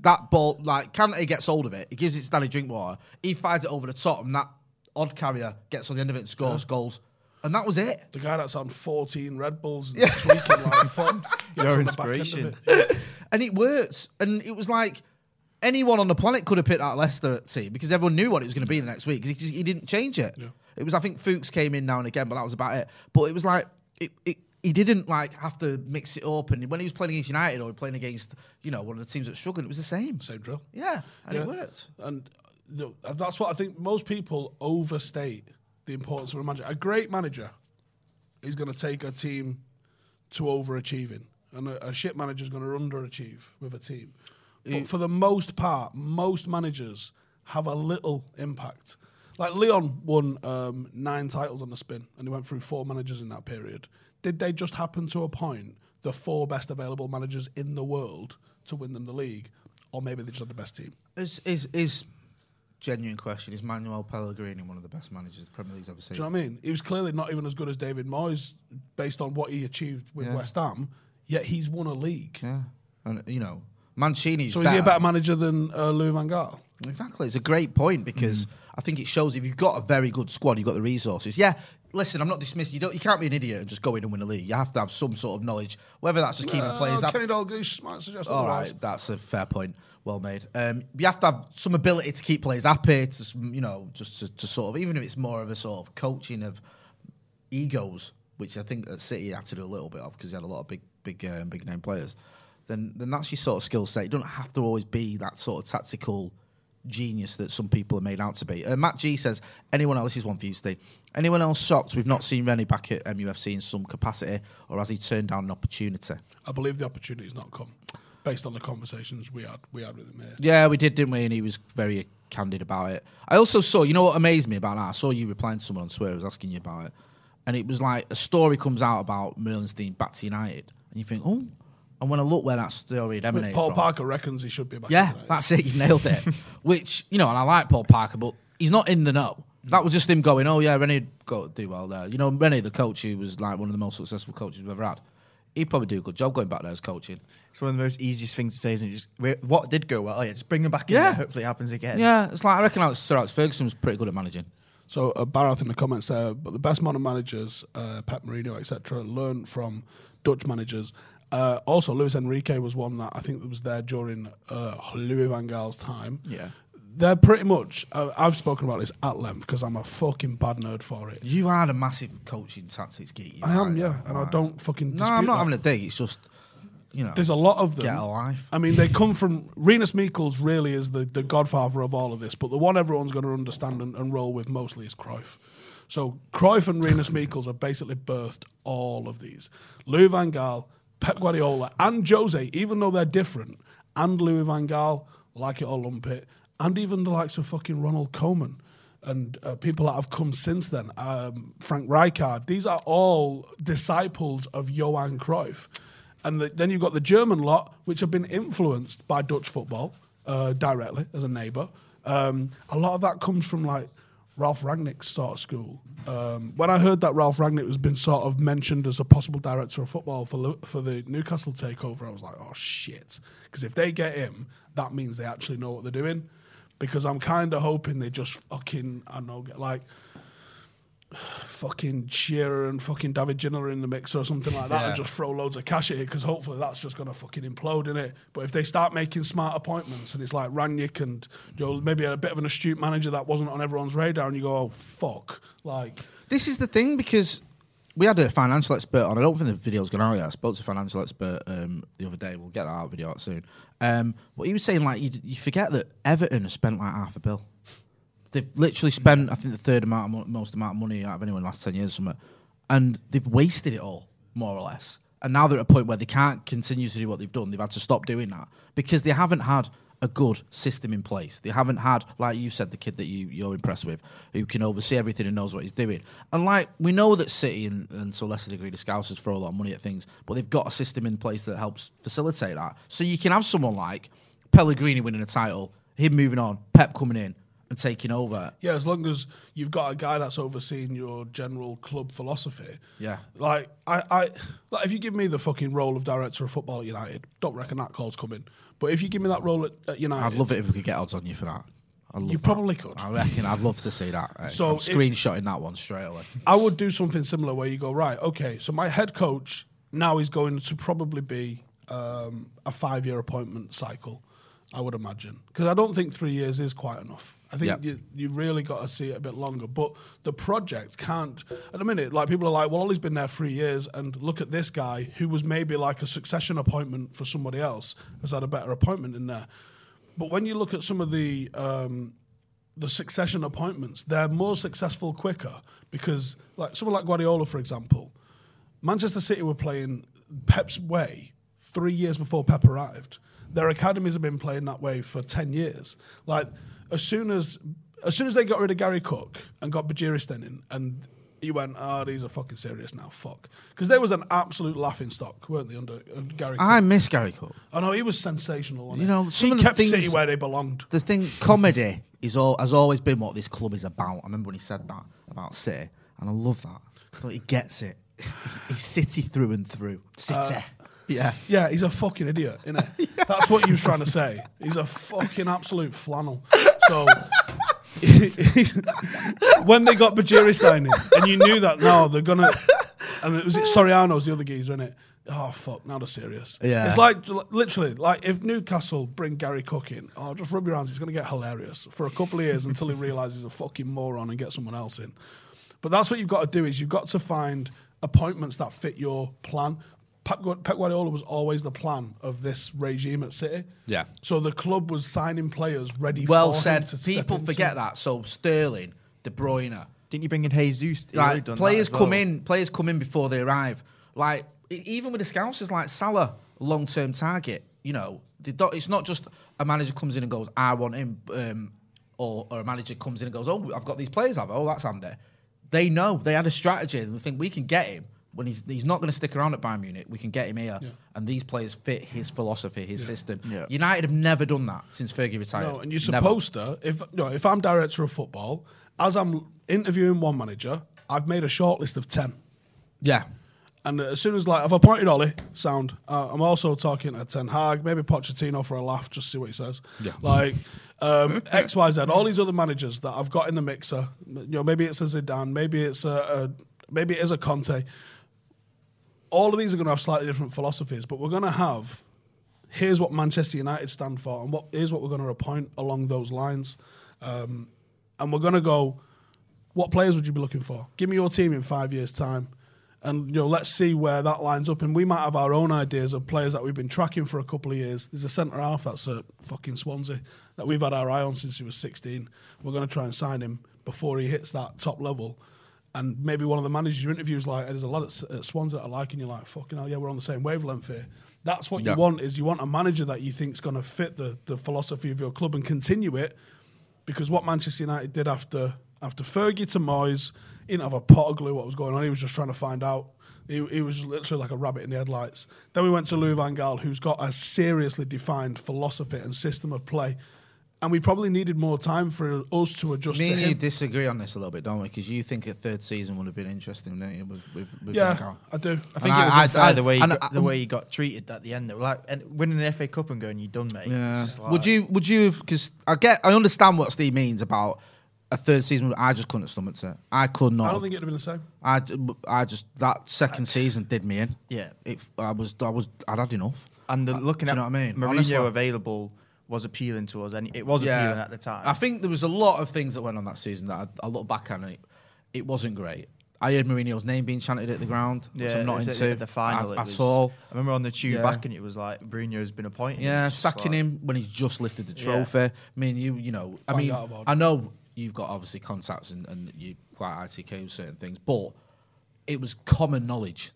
S4: That ball, like Kante gets hold of it, he gives it to Danny Drinkwater, he fires it over the top, and that odd carrier gets on the end of it and scores goals. And that was it.
S3: The guy that's on 14 Red Bulls and tweaking like fun.
S4: <laughs>
S5: Your
S3: That's on the back end of
S5: inspiration.
S3: it.
S4: and it works. And it was like anyone on the planet could have picked that Leicester team because everyone knew what it was going to be the next week because he, just- he didn't change it. It was I think Fuchs came in now and again, but that was about it. But it was like it, it he didn't like have to mix it up. And when he was playing against United or playing against you know one of the teams that's struggling, it was the same.
S3: Same drill.
S4: Yeah, and
S3: Yeah.
S4: it worked.
S3: And you know, that's what I think most people overstate the importance of a manager. A great manager is going to take a team to overachieving, and a, a shit manager is going to underachieve with a team. But for the most part, most managers have a little impact. Like Leon won um, nine titles on the spin, and he went through four managers in that period. Did they just happen to appoint the four best available managers in the world to win them the league, or maybe they just had the best team?
S4: Is is is genuine question? Is Manuel Pellegrini one of the best managers the Premier League's ever seen?
S3: Do you know what I mean? He was clearly not even as good as David Moyes based on what he achieved with
S4: Yeah.
S3: West Ham, yet he's won a league.
S4: yeah, and you know Mancini's.
S3: So is he a better manager than uh, Louis Van Gaal?
S4: Exactly. It's a great point because I think it shows if you've got a very good squad, you've got the resources. Yeah. Listen, I'm not dismissing you. Don't you can't be an idiot and just go in and win a league. You have to have some sort of knowledge, whether that's just keeping players.
S3: Uh,
S4: up.
S3: Kenny Dalglish might suggest
S4: All
S3: otherwise.
S4: right, that's a fair point. Well made. Um, you have to have some ability to keep players happy. To s- you know, just to, to sort of, even if it's more of a sort of coaching of egos, which I think that City had to do a little bit of because he had a lot of big, big, um, big name players. Then, then that's your sort of skill set. You don't have to always be that sort of tactical genius that some people are made out to be. Uh, Matt G says, anyone else is one for you, Steve. Anyone else shocked we've not seen Rennie back at MUFC in some capacity, or has he turned down an opportunity?
S3: I believe the opportunity's not come based on the conversations we had we had with him here.
S4: Yeah, we did, didn't we? And he was very candid about it. I also saw, you know what amazed me about that? I saw you replying to someone on Twitter, I was asking you about it. And it was like a story comes out about Merlin's theme back to United. And you think, oh. And when I look where that story had
S3: I mean,
S4: emanated
S3: Paul
S4: from,
S3: Parker reckons he should be back.
S4: yeah,
S3: in United.
S4: that's it. You
S3: <laughs>
S4: nailed it. Which you know, and I like Paul Parker, but he's not in the know. That was just him going, "Oh yeah, Rennie go do well there." You know, Rennie, the coach who was like one of the most successful coaches we've ever had, he'd probably do a good job going back there as coaching.
S5: It's one of the most easiest things to say, isn't it? Just wait, what did go well? Oh, yeah, just bring them back in.
S4: Yeah.
S5: there. hopefully it happens again.
S4: Yeah, it's like I reckon Alex- Sir Alex Ferguson was pretty good at managing.
S3: So uh, Barath in the comments there, but the best modern managers, uh, Pep Marino, etc., learn from Dutch managers. Uh, also, Luis Enrique was one that I think that was there during uh, Louis Van Gaal's time.
S5: Yeah.
S3: they're pretty much. Uh, I've spoken about this at length because I'm a fucking bad nerd for it.
S4: You are a massive coaching tactics geek. you
S3: I am,
S4: are,
S3: yeah, and I
S4: Right.
S3: don't fucking.
S4: No,
S3: dispute
S4: I'm not
S3: that.
S4: having a dig. It's just, you know,
S3: There's a lot of them.
S4: Get a life.
S3: I mean, they come from. Renus Meekles really is the, the godfather of all of this, but the one everyone's going to understand and, and roll with mostly is Cruyff. So Cruyff and Renus Meekles have basically birthed all of these. Louis Van Gaal, Pep Guardiola, and Jose, even though they're different, and Louis Van Gaal, like it or lump it, and even the likes of fucking Ronald Koeman and uh, people that have come since then, um, Frank Rijkaard, these are all disciples of Johan Cruyff. And the, then you've got the German lot, which have been influenced by Dutch football uh, directly as a neighbour. Um, a lot of that comes from like Ralph Ragnick's start of school. Um, when I heard that Ralph Ragnick was been sort of mentioned as a possible director of football for Lu- for the Newcastle takeover, I was like, oh shit, because if they get him, that means they actually know what they're doing. Because I'm kind of hoping they just fucking I don't know get like fucking Shearer and fucking David Ginner in the mix or something like that and just throw loads of cash at it because hopefully that's just going to fucking implode in it. But if they start making smart appointments and it's like Ranick and you know, maybe a bit of an astute manager that wasn't on everyone's radar and you go, oh, fuck. Like,
S4: This is the thing because we had a financial expert on. I don't think the video's gone out yet. I spoke to a financial expert um, the other day. We'll get that out video out soon. Um, but he was saying like you, you forget that Everton has spent like half a bill. They've literally spent I think the third amount, of mo- most amount of money out of anyone in the last ten years, or something, and they've wasted it all more or less. And now they're at a point where they can't continue to do what they've done. They've had to stop doing that because they haven't had a good system in place. They haven't had, like you said, the kid that you, you're impressed with, who can oversee everything and knows what he's doing. And like we know that City and, and to a lesser degree the Scousers throw a lot of money at things, but they've got a system in place that helps facilitate that. So you can have someone like Pellegrini winning a title, him moving on, Pep coming in and taking over.
S3: yeah, as long as you've got a guy that's overseeing your general club philosophy.
S4: Yeah.
S3: Like, I, I like if you give me the fucking role of director of football at United, don't reckon that call's coming. But if you give me that role at, at United,
S4: I'd love it if we could get odds on you for that. I love
S3: You
S4: that.
S3: probably could.
S4: I reckon I'd love to see that. eh.
S3: So
S4: I'm
S3: it-
S4: screenshotting that one straight
S3: <laughs>
S4: away.
S3: I would do something similar where you go, right, okay, so my head coach now is going to probably be um, a five year appointment cycle, I would imagine. Because I don't think three years is quite enough. I I think
S7: Yeah.
S3: you, you really got to see it a bit longer. But the project can't, at a minute, like people are like, well, Ollie's been there three years, and look at this guy who was maybe like a succession appointment for somebody else has had a better appointment in there. But when you look at some of the um, the succession appointments, they're more successful quicker because, like someone like Guardiola, for example, Manchester City were playing Pep's way three years before Pep arrived. Their academies have been playing that way for ten years. Like as soon as as soon as they got rid of Gary Cook and got Bajiristan in, and he went, "Ah, these are fucking serious now, fuck," because they was an absolute laughing stock, weren't they? Under, under Gary, Cook?
S4: I miss Gary Cook.
S3: I know he was sensational. Wasn't
S4: You
S3: he?
S4: know, some
S3: he
S4: of the
S3: kept
S4: things-
S3: City where they belonged.
S4: The thing, comedy is all has always been what this club is about. I remember when he said that about City, and I love that. I thought he gets it. <laughs> He's City through and through. City. yeah.
S3: Yeah, he's a fucking idiot, innit? That's what you was trying to say. He's a fucking absolute flannel. So <laughs> when they got Bajiristan in, and you knew that, no, they're gonna. And it was it Soriano's the other geezer, innit? Oh fuck! Now they're serious.
S4: Yeah.
S3: it's like literally like if Newcastle bring Gary Cook in, oh, just rub your hands. It's gonna get hilarious for a couple of years until he realizes he's a fucking moron and get someone else in. But that's what you've got to do is you've got to find appointments that fit your plan. Pep, Gu- Pep Guardiola was always the plan of this regime at City.
S7: Yeah.
S3: So the club was signing players ready.
S4: Well
S3: for him
S4: said.
S3: to step
S4: People
S3: into.
S4: forget that. So Sterling, De Bruyne,
S5: Didn't you bring in Jesus? He
S4: Like
S5: lived on that
S4: players
S5: as
S4: come
S5: well.
S4: in, players come in before they arrive. Like e- even with the scousers, like Salah, long term target. You know, they don't, it's not just a manager comes in and goes, "I want him," um, or, or a manager comes in and goes, "Oh, I've got these players. I've oh that's Andy." They know they had a strategy and they think we can get him when he's he's not going to stick around at Bayern Munich. We can get him here, and these players fit his philosophy, his system.
S5: Yeah.
S4: United have never done that since Fergie retired.
S3: No, and you're
S4: Never.
S3: supposed to. If no, if I'm director of football, as I'm interviewing one manager, I've made a short list of ten.
S4: yeah.
S3: And as soon as like I've appointed Ollie, sound. Uh, I'm also talking to Ten Hag, maybe Pochettino for a laugh, just see what he says. Yeah. Like um, <laughs> X, Y, Z, all these other managers that I've got in the mixer. You know, maybe it's a Zidane, maybe it's a, a maybe it is a Conte. All of these are going to have slightly different philosophies, but we're going to have. Here's what Manchester United stand for, and what here's what we're going to appoint along those lines, um, and we're going to go what players would you be looking for? Give me your team in five years' time, and you know, let's see where that lines up. And we might have our own ideas of players that we've been tracking for a couple of years. There's a centre half that's at fucking Swansea that we've had our eye on since he was 16. We're going to try and sign him before he hits that top level. And maybe one of the managers you interviews like, "Hey, there's a lot at, S- at Swansea that I like, and you're like, fucking hell, yeah, we're on the same wavelength here. That's what
S7: Yeah.
S3: you want is you want a manager that you think's going to fit the the philosophy of your club and continue it because what Manchester United did after after Fergie to Moyes, he didn't have a pot of glue what was going on. He was just trying to find out. He, he was literally like a rabbit in the headlights. Then we went to Lou Van Gaal, who's got a seriously defined philosophy and system of play. And we probably needed more time for us to adjust
S4: Me
S3: to
S4: and you
S3: him.
S4: disagree on this a little bit, don't we? Because you think a third season would have been interesting, don't you? With, with, with
S3: yeah,
S4: Van Gaal?
S3: I do.
S5: I think
S4: And
S5: it was
S4: I- I-
S5: unfair
S4: I-
S5: the way he
S4: and
S5: got,
S4: I-
S5: the way he got treated at the end. Though. Like and winning the FA Cup and going, "You done, mate."
S4: Yeah.
S5: It's just
S4: Would
S5: like-
S4: you? Would you? Because I get, I understand what Steve means about a third season. I just couldn't stomach it. I could not.
S3: I
S4: I,
S3: don't think it'd have been the same.
S4: I, just that second season did me in.
S5: Yeah.
S4: It, I was. I was. I'd had enough.
S5: And the, looking
S4: Uh, do
S5: at
S4: you know what I mean?
S5: Mourinho
S4: Honestly.
S5: available was appealing to us, and it was appealing at the time.
S4: I think there was a lot of things that went on that season that I, I look back on and it. It wasn't great. I heard Mourinho's name being chanted at the ground, which I'm not
S5: it's- it's
S4: into.
S5: at the final.
S4: I,
S5: it
S4: I
S5: was-
S4: saw.
S5: I remember on the tube
S4: Yeah.
S5: back, and it was like Bruno's been appointed.
S4: Yeah,
S5: It's just
S4: sacking
S5: like-
S4: him when he's just lifted the
S5: Yeah.
S4: trophy. I mean, you you know, I
S3: Bang
S4: mean,
S3: out of order.
S4: I know you've got obviously contacts and, and you quite ITK with certain things, but it was common knowledge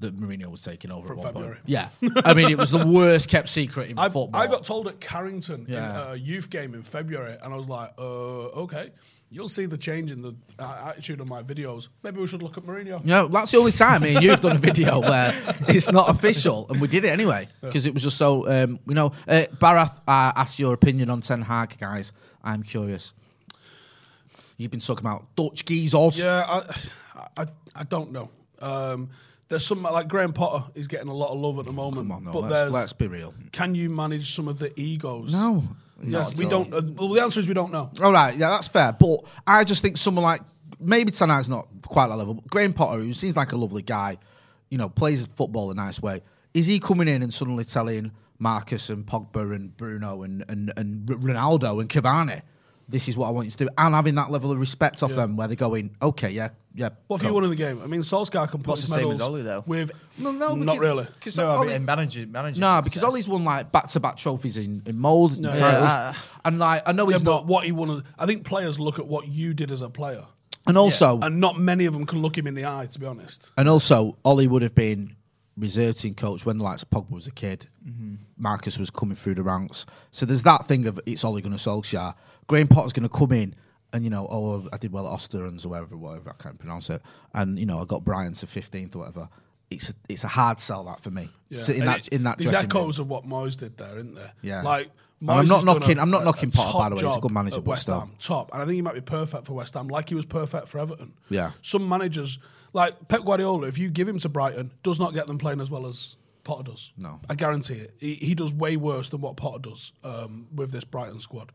S4: that Mourinho was taking over
S3: From
S4: at one
S3: February.
S4: point. Yeah, I mean, it was
S3: <laughs>
S4: the worst kept secret in
S3: I,
S4: football.
S3: I got told at Carrington
S4: Yeah.
S3: in a youth game in February, and I was like, uh, okay, you'll see the change in the uh, attitude of my videos. Maybe we should look at Mourinho.
S4: you know, that's the only time me and you've done a video where it's not official, and we did it anyway because it was just so. Um, you know, uh, Barath uh, asked your opinion on Ten Hag, guys. I'm curious. You've been talking about Dutch geezers.
S3: Yeah, I, I, I don't know. Um, there's some like Graham Potter is getting a lot of love at the moment.
S4: Oh, Come on, no,
S3: but
S4: let's,
S3: there's
S4: let's be real.
S3: can you manage some of the egos?
S4: No.
S3: Yes, we don't. Uh, well, the answer is we don't know.
S4: All right, yeah, that's fair. But I just think someone like maybe Tanak's not quite that level. But Graham Potter, who seems like a lovely guy, you know, plays football a nice way. Is he coming in and suddenly telling Marcus and Pogba and Bruno and and, and R- Ronaldo and Cavani this is what I want you to do, and having that level of respect off
S3: Yeah.
S4: them where they're going, okay, yeah, yeah.
S3: What if you won in the game? I mean, Solskjaer can
S5: Not
S3: put
S5: the same
S3: medals
S5: as Oli, though.
S3: with
S4: No, no,
S3: not
S4: because-
S3: really.
S4: Because
S5: No,
S4: Oli-
S5: but in manager, manager.
S4: no, because Ollie's won like back-to-back trophies in in mold,
S3: No,
S4: and
S3: yeah,
S4: titles.
S5: I-
S4: and like I know
S3: Yeah,
S4: he's
S3: but
S4: not,
S3: what he won. I think players look at what you did as a player,
S4: and also
S3: and not many of them can look him in the eye. To be honest,
S4: And also, Ollie would have been reserve team coach when the likes of Pogba was a kid.
S3: Mm-hmm.
S4: Marcus was coming through the ranks. So there's that thing of it's Ollie going to Solskjaer. Graham Potter's going to come in and, you know, oh, I did well at Osterunds or whatever, whatever, I can't pronounce it. And, you know, I got Brian to 15th or whatever. It's a, it's a hard sell that for me.
S3: Yeah.
S4: Sitting in
S3: And
S4: that,
S3: it-
S4: in that
S3: These
S4: dressing room.
S3: echoes of what Moyes did there, isn't there?
S4: Yeah.
S3: Like.
S4: And I'm
S3: Moyes
S4: not
S3: has done
S4: knocking-
S3: a-
S4: I'm not
S3: a-
S4: knocking
S3: a
S4: Potter,
S3: top
S4: by the way. He's a
S3: job
S4: good manager,
S3: at
S4: but
S3: West
S4: still.
S3: Ham, top, and I think he might be perfect for West Ham, like he was perfect for Everton.
S4: Yeah.
S3: Some managers, like Pep Guardiola, if you give him to Brighton, does not get them playing as well as Potter does.
S4: No.
S3: I guarantee it. He, he does way worse than what Potter does um, with this Brighton squad.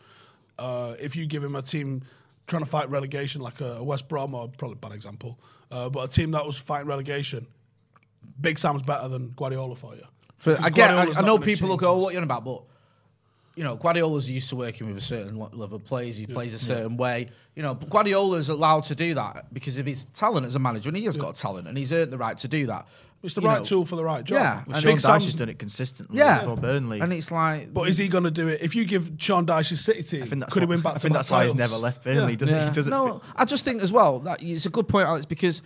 S3: Uh, if you give him a team trying to fight relegation, like a, a West Brom, or probably a bad example, uh, but a team that was fighting relegation, Big Sam's better than Guardiola for you.
S4: For,
S3: Because
S4: I get. I,
S3: Guardiola's
S4: I
S3: not
S4: know
S3: gonna
S4: people look,
S3: change
S4: "Oh,
S3: this."
S4: what you're on about," but you know, Guardiola's used to working with a certain lo- level of players. He plays a certain way. You know, but Guardiola is allowed to do that because of his talent as a manager, and he has got talent, and he's earned the right to do that.
S3: It's the
S4: You
S3: right
S4: know,
S3: tool for the right job.
S4: Yeah, and
S5: Well, Sean
S3: Big Sam's-
S5: Dyche has done it consistently
S4: Yeah,
S5: for Burnley.
S4: and it's like,
S3: But is he going to do it? If you give Sean Dyche his City team,
S5: I think that's,
S3: could he
S5: why-
S3: win back
S5: I think that's why he's never left Burnley. Doesn't
S4: Yeah.
S5: he? Doesn't
S4: no, I just think as well that it's a good point, Alex, because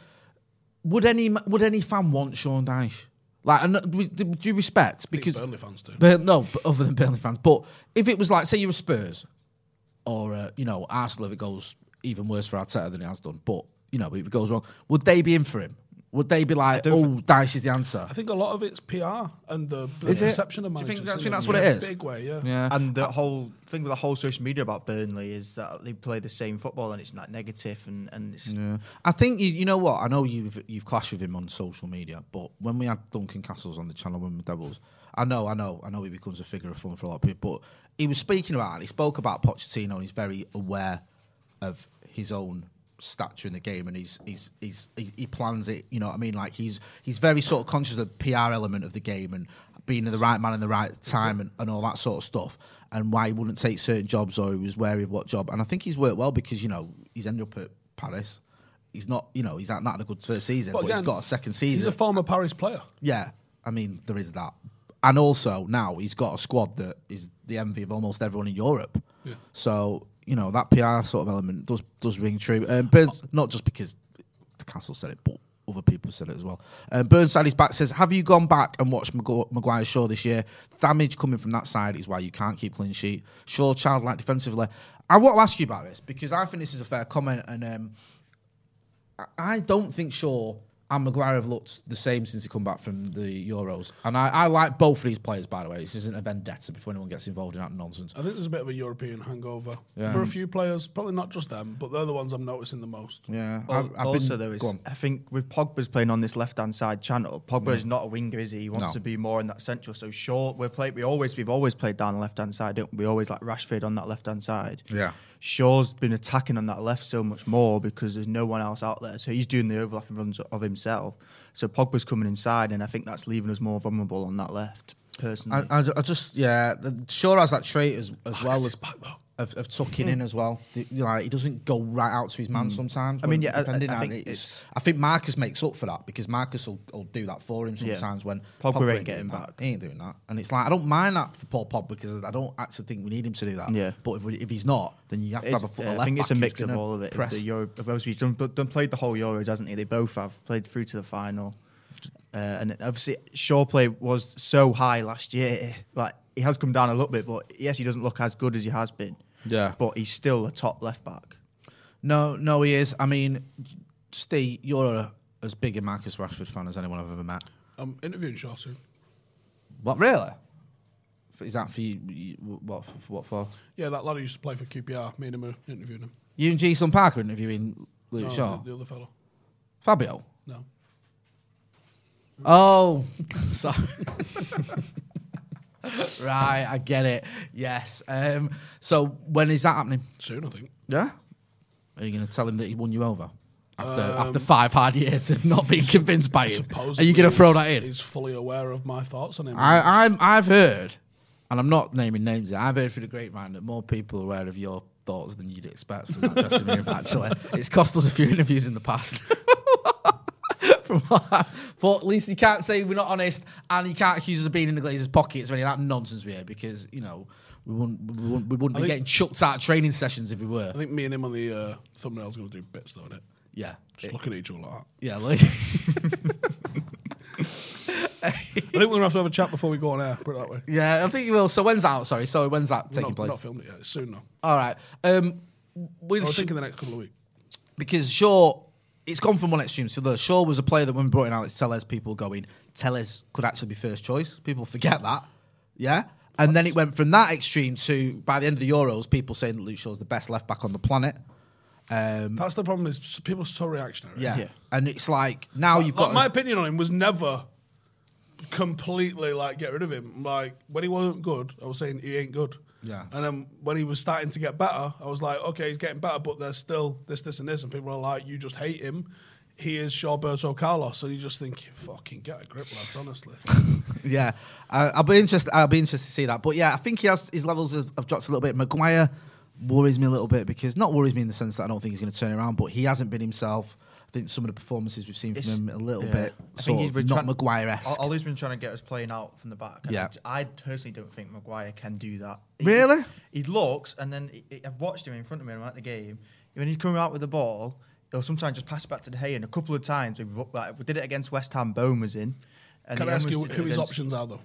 S4: would any ma- would any fan want Sean Dyche? Like, and, uh, with d- due respect, because
S3: Because Burnley fans do.
S4: Bur- no, but other than Burnley fans. But if it was like, say, you're a Spurs or uh, you know Arsenal, if it goes even worse for Arteta than it has done, but you know if it goes wrong, would they be in for him? Would they be like, oh, Dice is the answer?
S3: I think a lot of it's PR and the, the
S4: Is it?
S3: perception of
S4: Do you
S3: managers.
S4: think that's-
S3: isn't
S4: that's
S3: it?
S4: what it
S3: In a
S4: is?
S3: Big way, yeah.
S4: Yeah,
S5: And the whole thing with the whole social media about Burnley is that they play the same football and it's not negative and and it's
S4: Yeah. I think you, you know what I know you've you've clashed with him on social media, but when we had Duncan Castles on the channel when we were Devils, I know, I know, I know he becomes a figure of fun for a lot of people. But he was speaking about he spoke about Pochettino and he's very aware of his own stature in the game and he's he's he's he, he plans it. You know what I mean? Like he's he's very sort of conscious of the PR element of the game and being the right man in the right time and, and all that sort of stuff and why he wouldn't take certain jobs or he was wary of what job and I think he's worked well because you know he's ended up at Paris he's not, you know, he's not, not had a good first season, but,
S3: again,
S4: he's got a second
S3: He's
S4: season.
S3: a former Paris player.
S4: yeah, I mean, there is that. And also now he's got a squad that is the envy of almost everyone in Europe.
S3: Yeah.
S4: So you know that PR sort of element does does ring true. Um, Burns, not just because the council said it, but other people said it as well. Um, Burnside is back says, "Have you gone back and watched Magu- Maguire's Shaw this year? Damage coming from that side is why you can't keep clean sheet. Shaw childlike defensively. I want to ask you about this because I think this is a fair comment, and um, I don't think Shaw and Maguire have looked the same since he come back from the Euros. And I, I like both of these players, by the way. This isn't a vendetta before anyone gets involved in that nonsense.
S5: Oh,
S3: I think there's a bit of a European hangover for
S5: Mm.
S3: a few players. Probably not just them, but they're the ones I'm noticing the most.
S4: Yeah.
S5: Al-
S4: I've- I've
S5: also,
S4: been-
S5: though, is
S4: go on.
S5: I think with Pogba's playing on this left-hand side channel, Pogba is not a winger, is he? He wants
S4: No.
S5: to be more in that central. So Shaw, we're play, we always we've always played down the left-hand side, don't we? We always like Rashford on that left-hand side.
S4: Yeah.
S5: Shaw's been attacking on that left so much more because there's no one else out there. So he's doing the overlapping runs of himself. So Pogba's coming inside, and I think that's leaving us more vulnerable on that left. Personally,
S4: I, I, ju- I just, yeah, the- Shaw has that trait as, as well as
S3: He's back though.
S4: of, of tucking
S5: Mm.
S4: in as well. The- you know, like, he doesn't go right out to his man sometimes.
S5: I
S4: when
S5: mean, yeah, I-
S4: defending,
S5: I
S4: and
S5: think
S4: it's-
S5: it's-
S4: I think Marcus makes up for that because Marcus will, will do that for him
S5: Yeah.
S4: sometimes when
S5: Pogba ain't
S4: doing
S5: getting
S4: that.
S5: back.
S4: He ain't doing that, and it's like I don't mind that for Paul Pogba because I don't actually think we need him to do that.
S5: Yeah.
S4: but if, we, if he's not, then you have to
S5: It's-
S4: have a foot.
S5: yeah,
S4: a
S5: I
S4: left
S5: think it's a
S4: back who's
S5: mix of
S4: gonna
S5: all of it.
S4: Press.
S5: The Euro, obviously, he's done, done played the whole Euros, hasn't he? They both have played through to the final, uh, and obviously Shaw play was so high last year. Like he has come down a little bit, but yes, he doesn't look as good as he has been.
S4: Yeah.
S5: but he's still a top left back.
S4: No, no, he is. I mean, Steve, you're a, as big a Marcus Rashford fan as anyone I've ever met.
S3: I'm interviewing Shaw soon.
S4: What really? Is that for you? you what? What for?
S3: Yeah, that lad who used to play for QPR. Me and him are interviewing him.
S4: You and Jason Parker interviewing Luke
S3: No,
S4: Shaw.
S3: the, the other fellow.
S4: Fabio.
S3: No.
S4: Oh, <laughs> sorry. right, I get it. Yes. Um, so when is that happening?
S3: Soon, I think.
S4: Yeah. Are you going to tell him that he won you over after
S3: Um,
S4: after five hard years of not being convinced by him? Are
S3: Supposedly
S4: you going to throw
S3: he's-
S4: that in?
S3: He's fully aware of my thoughts on him.
S4: I, I'm I've heard, and I'm not naming names. here, I've heard through the grapevine that more people are aware of your thoughts than you'd expect from that
S3: <laughs>
S4: dressing room, actually. It's cost us a few interviews in the past. <laughs> from what- but at least you can't say we're not honest and you can't accuse us of being in the Glazers' pockets or any of that nonsense we hear because, you know, we wouldn't, we wouldn't, we wouldn't be
S3: think-
S4: getting chucked out of training sessions if we were.
S3: I think me and him on the uh, thumbnail's going to do bits, though, innit?
S4: Yeah.
S3: Just looking at each other like that.
S4: Yeah, like, <laughs>
S3: I think we're going to have to have a chat before we go on air, put it that way.
S4: yeah, I think you will. So when's that out? Sorry, sorry, when's that
S3: We're
S4: taking
S3: not,
S4: place?
S3: not filmed it yet. It's soon, though.
S4: All right. Um, with
S3: I think in the next couple of weeks.
S4: because Shaw, it's gone from one extreme to the other. Shaw was a player that when we brought in Alex Tellez, people going, Tellez could actually be first choice. People forget that. Yeah. And then it went from that extreme to, by the end of the Euros, people saying that Luke Shaw's the best left back on the planet. Um,
S3: That's the problem, is s- people are so reactionary.
S4: yeah.
S5: Yeah.
S4: And it's like,
S5: Oh,
S4: now you've
S3: Like,
S4: got.
S3: my opinion on him was never completely like get rid of him. Like when he wasn't good, I was saying he ain't good.
S4: Yeah.
S3: And then when he was starting to get better, I was like, okay, he's getting better, but there's still this, this, and this, and people are like, you just hate him. He is Shawberto Carlos, so you just think, fucking get a grip, lads.
S5: <laughs>
S3: Honestly,
S4: yeah. I, I'll be interested. I'll be interested to see that. But yeah, I think he has his levels have, have dropped a little bit. Maguire worries me a little bit because not worries me in the sense that I don't think he's going to turn around, but he hasn't been himself. I think some of the performances we've seen from
S5: It's-
S4: him a little
S5: yeah.
S4: bit
S5: I
S4: sort
S5: think he's
S4: of
S5: been
S4: not
S5: trying-
S4: Maguire esque.
S5: Ollie's been trying to get us playing out from the back. and
S4: Yeah.
S5: I, I personally don't think Maguire can do that. He-
S4: Really?
S5: He looks, and then he- he- I've watched him in front of me at the game. When he's coming out with the ball, he'll sometimes just pass it back to De Gea. And a couple of times, we've, like, we did it against West Ham, Bone was in. And
S3: can
S5: he
S3: I ask
S5: almost
S3: you
S5: did it
S3: who his
S5: against-
S3: options are though?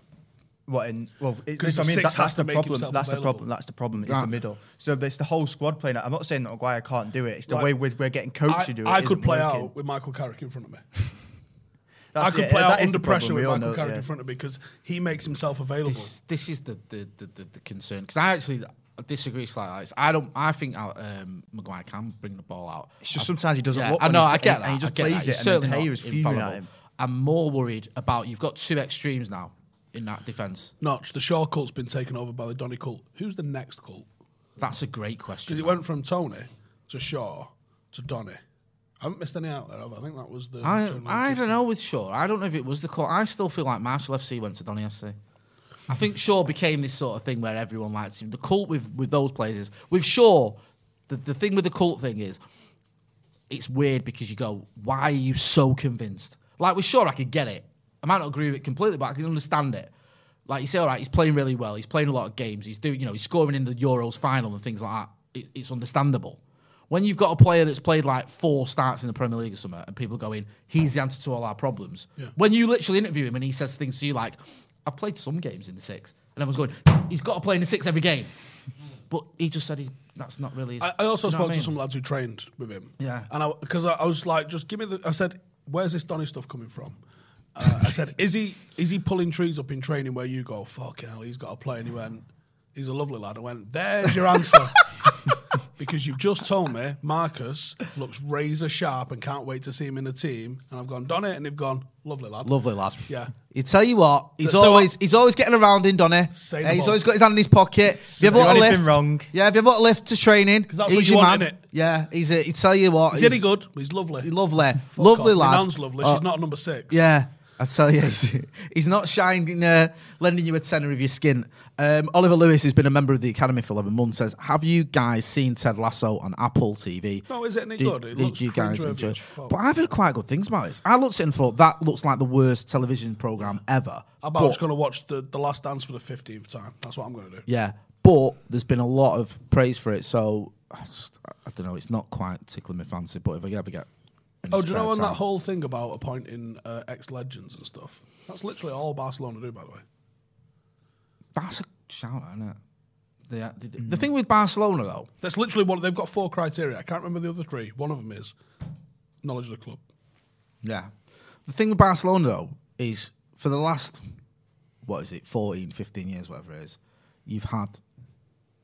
S5: What in? Well, it,
S3: 'Cause
S5: this, I
S3: the
S5: mean,
S3: six
S5: that,
S3: has
S5: that's
S3: to
S5: the
S3: make
S5: problem.
S3: himself
S5: That's the
S3: available.
S5: problem. That's the problem. It's the
S4: Right.
S5: middle. So there's the whole squad playing. out. I'm not saying that Maguire can't do it. It's the
S3: Like,
S5: way with we're getting coached
S3: I,
S5: to do it.
S3: I could
S5: isn't
S3: play
S5: working.
S3: out with Michael Carrick in front of me. I
S5: That's
S3: could
S5: it.
S3: play
S5: That
S3: out
S5: is
S3: under
S5: the problem.
S3: pressure
S5: We
S3: with
S5: all
S3: Michael
S5: know-
S3: Carrick
S5: yeah.
S3: in front of me because he makes himself available.
S4: This, this is the the, the, the, the concern because I actually disagree slightly. Alex. I don't. I think um, Maguire can bring the ball out.
S5: It's just sometimes he doesn't
S4: Yeah,
S5: look.
S4: I
S5: when
S4: know.
S5: he's-
S4: I get
S5: and
S4: that.
S5: he- And he just
S4: I get
S5: plays
S4: that.
S5: it,
S4: He's
S5: and
S4: certainly
S5: then
S4: not
S5: Hay was fuming
S4: infallible.
S5: at him.
S4: I'm more worried about you've got two extremes now in that defense.
S3: Notch, the Shaw cult's been taken over by the Donny cult. Who's the next cult?
S4: That's a great
S3: Because
S4: question.
S3: it went from Tony to Shaw to Donny. I haven't missed any out there. Have I? I think that was the.
S4: I,
S3: general
S4: I
S3: gist.
S4: don't know with Shaw. I don't know if it was the call. I still feel like Marshall FC went to Donny FC. I think Shaw became this sort of thing where everyone likes him. The cult with with those players is with Shaw. The, the thing with the cult thing is, it's weird because you go, why are you so convinced? Like with Shaw, I could get it. I might not agree with it completely, but I can understand it. Like you say, all right, he's playing really well. He's playing a lot of games. He's doing, you know, he's scoring in the Euros final and things like that. It, it's understandable. When you've got a player that's played like four starts in the Premier League or something, and people are going, he's the answer to all our problems. When you literally interview him and he says things to you like, I've played some games in the six, and everyone's going, he's got to play in the six every game. But he just said he, that's not really. His,
S3: I, I also
S4: Do you know
S3: spoke
S4: what I
S3: to
S4: mean?
S3: some lads who trained with him.
S4: Yeah.
S3: And I because I, I was like, just give me the. I said, where's this Donny stuff coming from? Uh, I
S4: <laughs>
S3: said, is he is he pulling trees up in training where you go, fucking hell, he's got to play? And he went, he's a lovely lad. I went, there's your answer. <laughs> because you've just told me Marcus looks razor sharp and can't wait to see him in the team. And I've gone, Donny, and they've gone, lovely lad.
S4: Lovely lad.
S3: Yeah.
S4: You tell you what, he's
S3: So- so
S4: always he's always getting around in Donny.
S3: Say
S4: Yeah,
S3: no
S4: he's
S3: more.
S4: always got his hand in his pocket. If you
S5: Do
S4: ever
S5: anything
S4: lift
S5: wrong.
S4: yeah, if you ever lift to training,
S3: that's
S4: he's
S3: what you
S4: your
S3: want,
S4: man.
S3: innit?
S4: Yeah, he's a, he tell you what,
S3: Is he any good? He's lovely.
S4: he's lovely,
S3: Fuck
S4: lovely
S3: off. My
S4: lad.
S3: nan's lovely.
S4: Oh,
S3: She's not a number six.
S4: Yeah, I tell you, <laughs> he's, he's not shining, uh, lending you a tenner of your skin. Um, Oliver Lewis, who's been a member of the academy for eleven months, says, "Have you guys seen Ted Lasso on Apple TV?
S3: No, Oh, is it any
S4: Did-
S3: good? It
S4: did
S3: looks
S4: you guys
S3: cringeworthy
S4: enjoy?
S3: as fuck.
S4: But I've heard quite good things about this. I looked at it and thought that looks like the worst television program ever.
S3: I'm
S4: But-
S3: just going to watch the, the Last Dance for the 15th time. That's what I'm going to do.
S4: yeah, but there's been a lot of praise for it. So I, just, I don't know. It's not quite tickling my fancy. But if I ever get any
S3: Oh, do you
S4: spare
S3: know on
S4: time-
S3: that whole thing about appointing uh, ex legends and stuff? That's literally all Barcelona do, by the way.
S4: that's a shout, isn't it? The, the, the
S3: Hmm.
S4: thing with Barcelona though,
S3: That's literally what they've got four criteria. I can't remember the other three. One of them is knowledge of the club.
S4: yeah, the thing with Barcelona though is for the last what is it 14, 15 years, whatever it is, you've had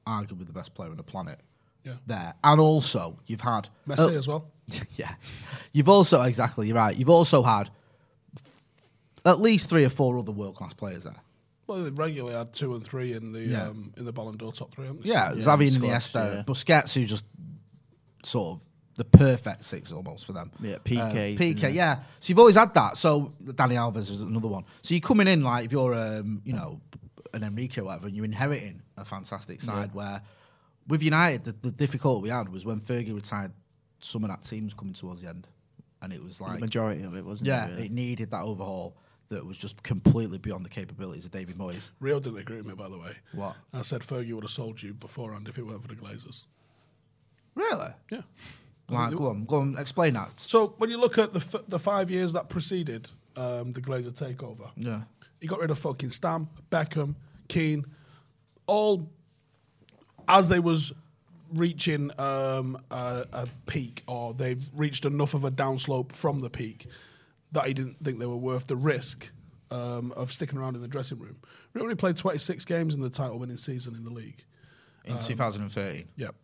S4: arguably the best player on the planet
S3: Yeah.
S4: there, and also you've had <laughs>
S3: Messi
S4: oh,
S3: as well.
S4: yes. You've also exactly you're right. You've also had at least three or four other world class players there.
S3: Well, they regularly had two and three in the
S4: Yeah.
S3: um, in the Ballon d'Or top three. haven't they?
S4: Yeah, Xavi and
S5: squads,
S4: Iniesta,
S5: yeah.
S4: Busquets, who's just sort of the perfect six almost for them.
S5: Yeah, PK,
S4: Uh, PK, yeah.
S5: yeah.
S4: So you've always had that. So Danny Alves is another one. So you're coming in like if you're, um, you know, an Enrique or whatever, and you're inheriting a fantastic side where with United, the, the difficult we had was when Fergie retired. Some of that team was coming towards the end, and it was
S5: the
S4: like
S5: majority of it wasn't.
S4: yeah,
S5: it, really?
S4: it needed that overhaul that was just completely beyond the capabilities of David Moyes.
S3: Rio didn't agree with me, by the way.
S4: What?
S3: I said Fergie would have sold you beforehand if it weren't for the Glazers.
S4: Really?
S3: Yeah.
S4: Like, go on, go on, explain that.
S3: So when you look at the f- the five years that preceded um, the Glazer takeover,
S4: yeah,
S3: he got rid of fucking Stam, Beckham, Keane, all as they was reaching um, a, a peak or they've reached enough of a downslope from the peak that he didn't think they were worth the risk um, of sticking around in the dressing room. We only played 26 games in the title winning season in the league.
S4: in 2013.
S3: Yep.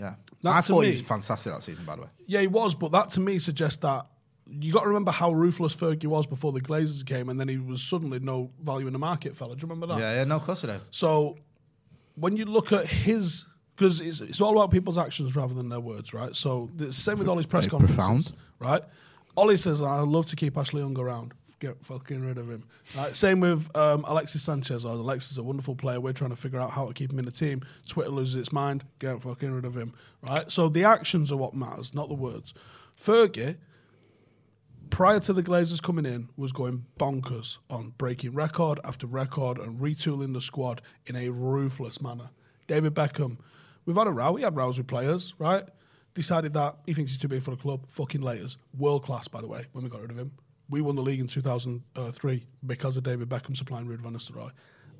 S4: Yeah,
S3: That
S4: I
S3: to
S4: thought
S3: me-
S4: he was fantastic that season. By the way,
S3: Yeah, he was, but that to me suggests that you got to remember how ruthless Fergie was before the Glazers came, and then he was suddenly no value in the market, fella. Do you remember that?
S4: yeah, yeah, no, of course I do.
S3: So when you look at his, because it's, it's all about people's actions rather than their words, right? So the same with Ollie's press conferences,
S4: profound.
S3: right? Ollie says, "I love to keep Ashley Young around. Get fucking rid of him." Right? Same with um, Alexis Sanchez. Oh, Alexis is a wonderful player. We're trying to figure out how to keep him in the team. Twitter loses its mind. Get fucking rid of him, right? So the actions are what matters, not the words. Fergie prior to the Glazers coming in, was going bonkers on breaking record after record and retooling the squad in a ruthless manner. David Beckham, we've had a row. He had rows with players, right? Decided that he thinks he's too big for the club. Fucking laters. World class, by the way, when we got rid of him. We won the league in 2003 because of David Beckham supplying Ruud van Nistelrooy.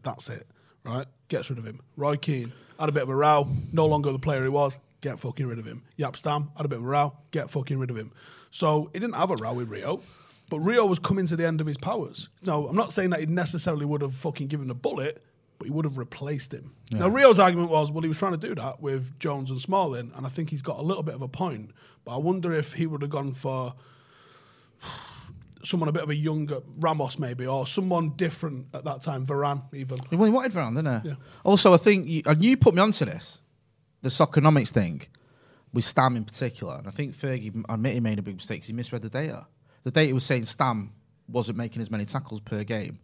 S3: That's it, right? Gets rid of him. Roy Keane had a bit of a row. No longer the player he was. Get fucking rid of him. Yap Stam had a bit of a row. Get fucking rid of him. So he didn't have a row with Rio, but Rio was coming to the end of his powers. Now I'm not saying that he necessarily would have fucking given him a bullet, but he would have replaced him. Now Rio's argument was, well, he was trying to do that with Jones and Smalling, and I think he's got a little bit of a point. But I wonder if he would have gone for someone a bit of a younger Ramos maybe, or someone different at that time, Varane even.
S4: Well, he wanted Varane, didn't he?
S3: Yeah.
S4: Also, I think you, and you put me onto this, the soconomics thing, with Stam in particular. And I think Fergie, I admit he made a big mistake 'cause he misread the data. The data was saying Stam wasn't making as many tackles per game.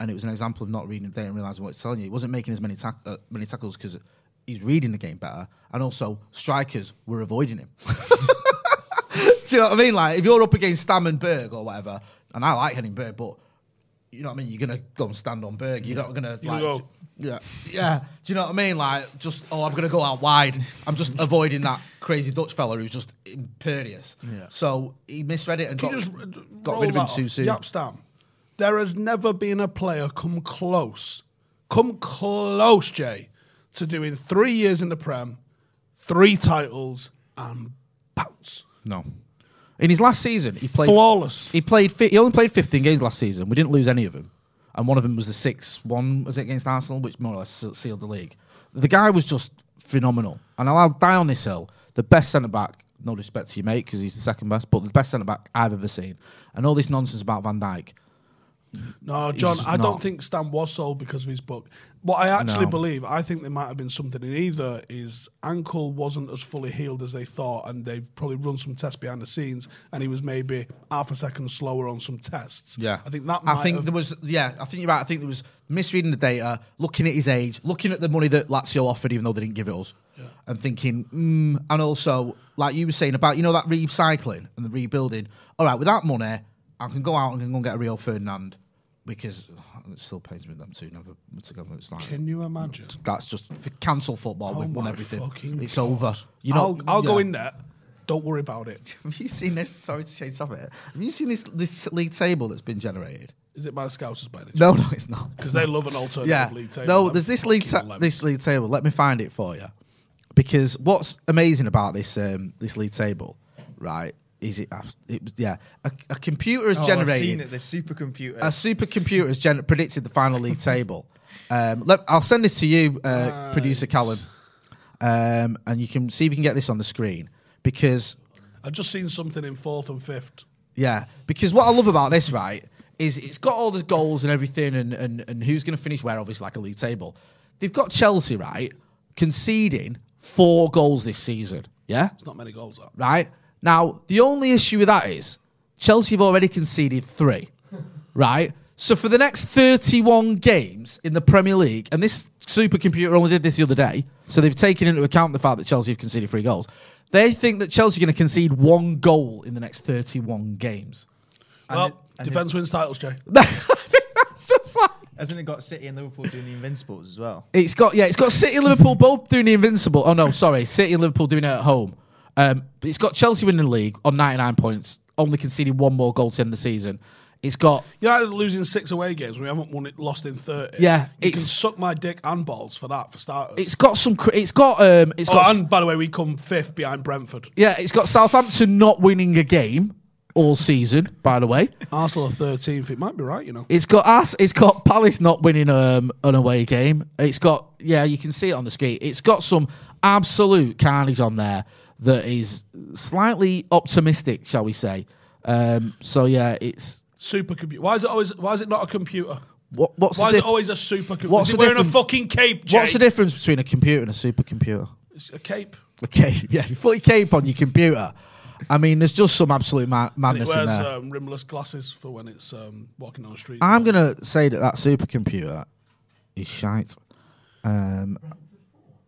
S4: And it was an example of not reading the data and realizing what it's telling you. He wasn't making as many, tack uh, many tackles because he's reading the game better. And also, strikers were avoiding him. Do you know what I mean? Like, if you're up against Stam and Berg or whatever, and I like Henning Berg, but you know what I mean? You're gonna go and stand on Berg. You're not gonna
S3: You're
S4: like,
S3: gonna go-
S4: yeah, yeah. Do you know what I mean? Like, just oh, I'm gonna go out wide. I'm just avoiding that crazy Dutch fella who's just imperious.
S5: Yeah.
S4: So he misread it and
S3: Can
S4: got,
S3: you just
S4: got
S3: roll
S4: rid of him
S3: that
S4: too
S3: off?
S4: soon.
S3: Yap Stam. There has never been a player come close, come close, Jay, to doing three years in the Prem, three titles, and bounce.
S4: No. In his last season, he played
S3: Flawless.
S4: He played. fi- He only played 15 games last season. We didn't lose any of them, and one of them was the six-one was it against Arsenal, which more or less se- sealed the league. The guy was just phenomenal, and I'll die on this hill. The best centre back. No respect to you, mate, because he's the second best, but the best centre back I've ever seen. And all this nonsense about Van Dijk.
S3: No, John,
S4: just
S3: I don't
S4: not.
S3: think Stan was sold because of his book. What I actually
S4: No.
S3: believe, I think there might have been something in either his ankle wasn't as fully healed as they thought, and they've probably run some tests behind the scenes, and he was maybe half a second slower on some tests. I think that. Might
S4: I think
S3: have-
S4: there was. Yeah, I think you're right. I think there was misreading the data, looking at his age, looking at the money that Lazio offered, even though they didn't give it us, and thinking. Mm, and also, like you were saying about, you know, that recycling and the rebuilding. All right, with that money, I can go out and I can go and get a Rio Ferdinand because uh, it still pains me them two never were together. It's like
S3: Can you imagine?
S4: that's just f- cancel football.
S3: Oh
S4: We've won
S3: my
S4: everything.
S3: fucking
S4: It's over. You know,
S3: I'll, I'll go
S4: yeah.
S3: in there. Don't worry about it.
S4: <laughs> Have you seen this? Sorry to change topic. Have you seen this this league table that's been
S3: <laughs>
S4: generated?
S3: Is it by the Scousers by the
S4: No, no, it's not.
S3: Because they love an alternative
S4: yeah.
S3: league table.
S4: No,
S3: Them
S4: there's this league
S3: fucking
S4: ta-
S3: lemons.
S4: this league table. Let me find it for you. Because what's amazing about this um, this league table, right? Is it? I've- it was- yeah, a, a computer has
S5: Oh, I've seen
S4: generated
S5: it. The supercomputer.
S4: a supercomputer has gen- predicted the final league table. Um, let, I'll send this to you, uh, producer Callum, um, and you can see if you can get this on the screen. Because
S3: I've just seen something in fourth and fifth.
S4: yeah, because what I love about this, right, is it's got all the goals and everything, and and, and who's going to finish where, obviously, like a league table. They've got Chelsea, right, conceding four goals this season. Yeah,
S3: It's not many goals up.
S4: right. Now the only issue with that is Chelsea have already conceded three, <laughs> right. So for the next 31 games in the Premier League, and this supercomputer only did this the other day, so they've taken into account the fact that Chelsea have conceded three goals. They think that Chelsea are going to concede one goal in the next 31 games.
S3: Well, defence wins titles, Jay.
S4: It's just like
S5: Hasn't it got City and Liverpool doing the Invincibles as well?
S4: it's got yeah, it's got City and Liverpool both doing the invincible. Oh no, sorry, City and Liverpool doing it at home. Um, but it's got Chelsea winning the league on 99 points, only conceding one more goal to end the season. It's got
S3: United are losing six away games. We haven't won it, lost in thirty.
S4: Yeah,
S3: you can
S4: it's-
S3: suck my dick and balls for that for starters.
S4: it's got some cr- it's got um it's
S3: oh,
S4: got s-
S3: and by the way, we come fifth behind Brentford.
S4: Yeah, it's got Southampton not winning a game all season. By the way,
S3: Arsenal are thirteenth. It might be right, you know.
S4: it's got us. It's got Palace not winning um, an away game. It's got yeah, you can see it on the screen. It's got some absolute carnage on there that is slightly optimistic, shall we say? Um, so yeah, it's
S3: Supercomputer. Why is it always? Why is it not a computer?
S4: what, what's
S3: Why is
S4: the dif-
S3: it always a supercomputer?
S4: what's
S3: What's
S4: the
S3: wearing a
S4: difference-
S3: fucking cape, Jay?
S4: what's the difference between a computer and a supercomputer? <laughs>
S3: It's a cape.
S4: A cape, yeah, if you put a cape on your computer. I mean, there's just some absolute ma-
S3: And it
S4: madness in
S3: wears
S4: there.
S3: um, rimless glasses for when it's um, walking down the street.
S4: I'm gonna say that that supercomputer is shite. Um,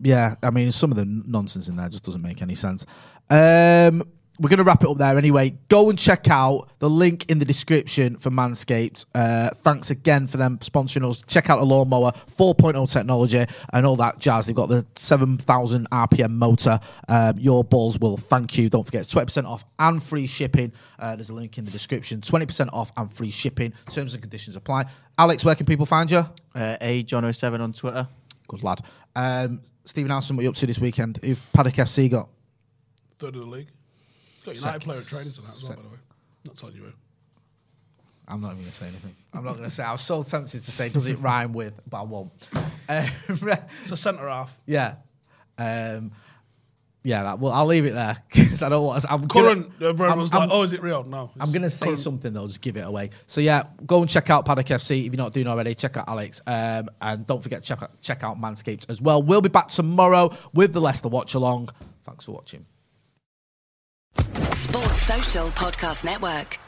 S4: yeah, I mean some of the nonsense in there just doesn't make any sense. Um, we're gonna wrap it up there anyway. Go and check out the link in the description for Manscaped. Uh, thanks again for them sponsoring us. Check out the lawnmower 4.0 technology and all that jazz. They've got the 7,000 RPM motor. Um, your balls will thank you. Don't forget, it's 20% off and free shipping. Uh, there's a link in the description. 20% off and free shipping. Terms and conditions apply. Alex, where can people find you?
S5: Uh, a John 07 on Twitter.
S4: Good lad. Um, Stephen Alston, what are you up to this weekend? Who've Paddock FC got?
S3: Third of the league. Got United player at training tonight as well, by the way. Not telling you who.
S4: I'm not even going to say anything. I'm not going to say. I was so tempted to say, does it rhyme with, but I won't. Um, <laughs>
S3: It's a centre half.
S4: yeah. Um, yeah, that, well, I'll leave it there because I don't want to. I'm gonna-
S3: Current. everyone's
S4: I'm-
S3: like, oh, is it real? No.
S4: I'm
S3: it's
S4: going to say
S3: current.
S4: something though, just give it away. So yeah, go and check out Paddock FC if you're not doing already. Check out Alex, um, and don't forget to check out, check out Manscaped as well. We'll be back tomorrow with the Leicester watch along. Thanks for watching.
S1: Sports Social Podcast Network.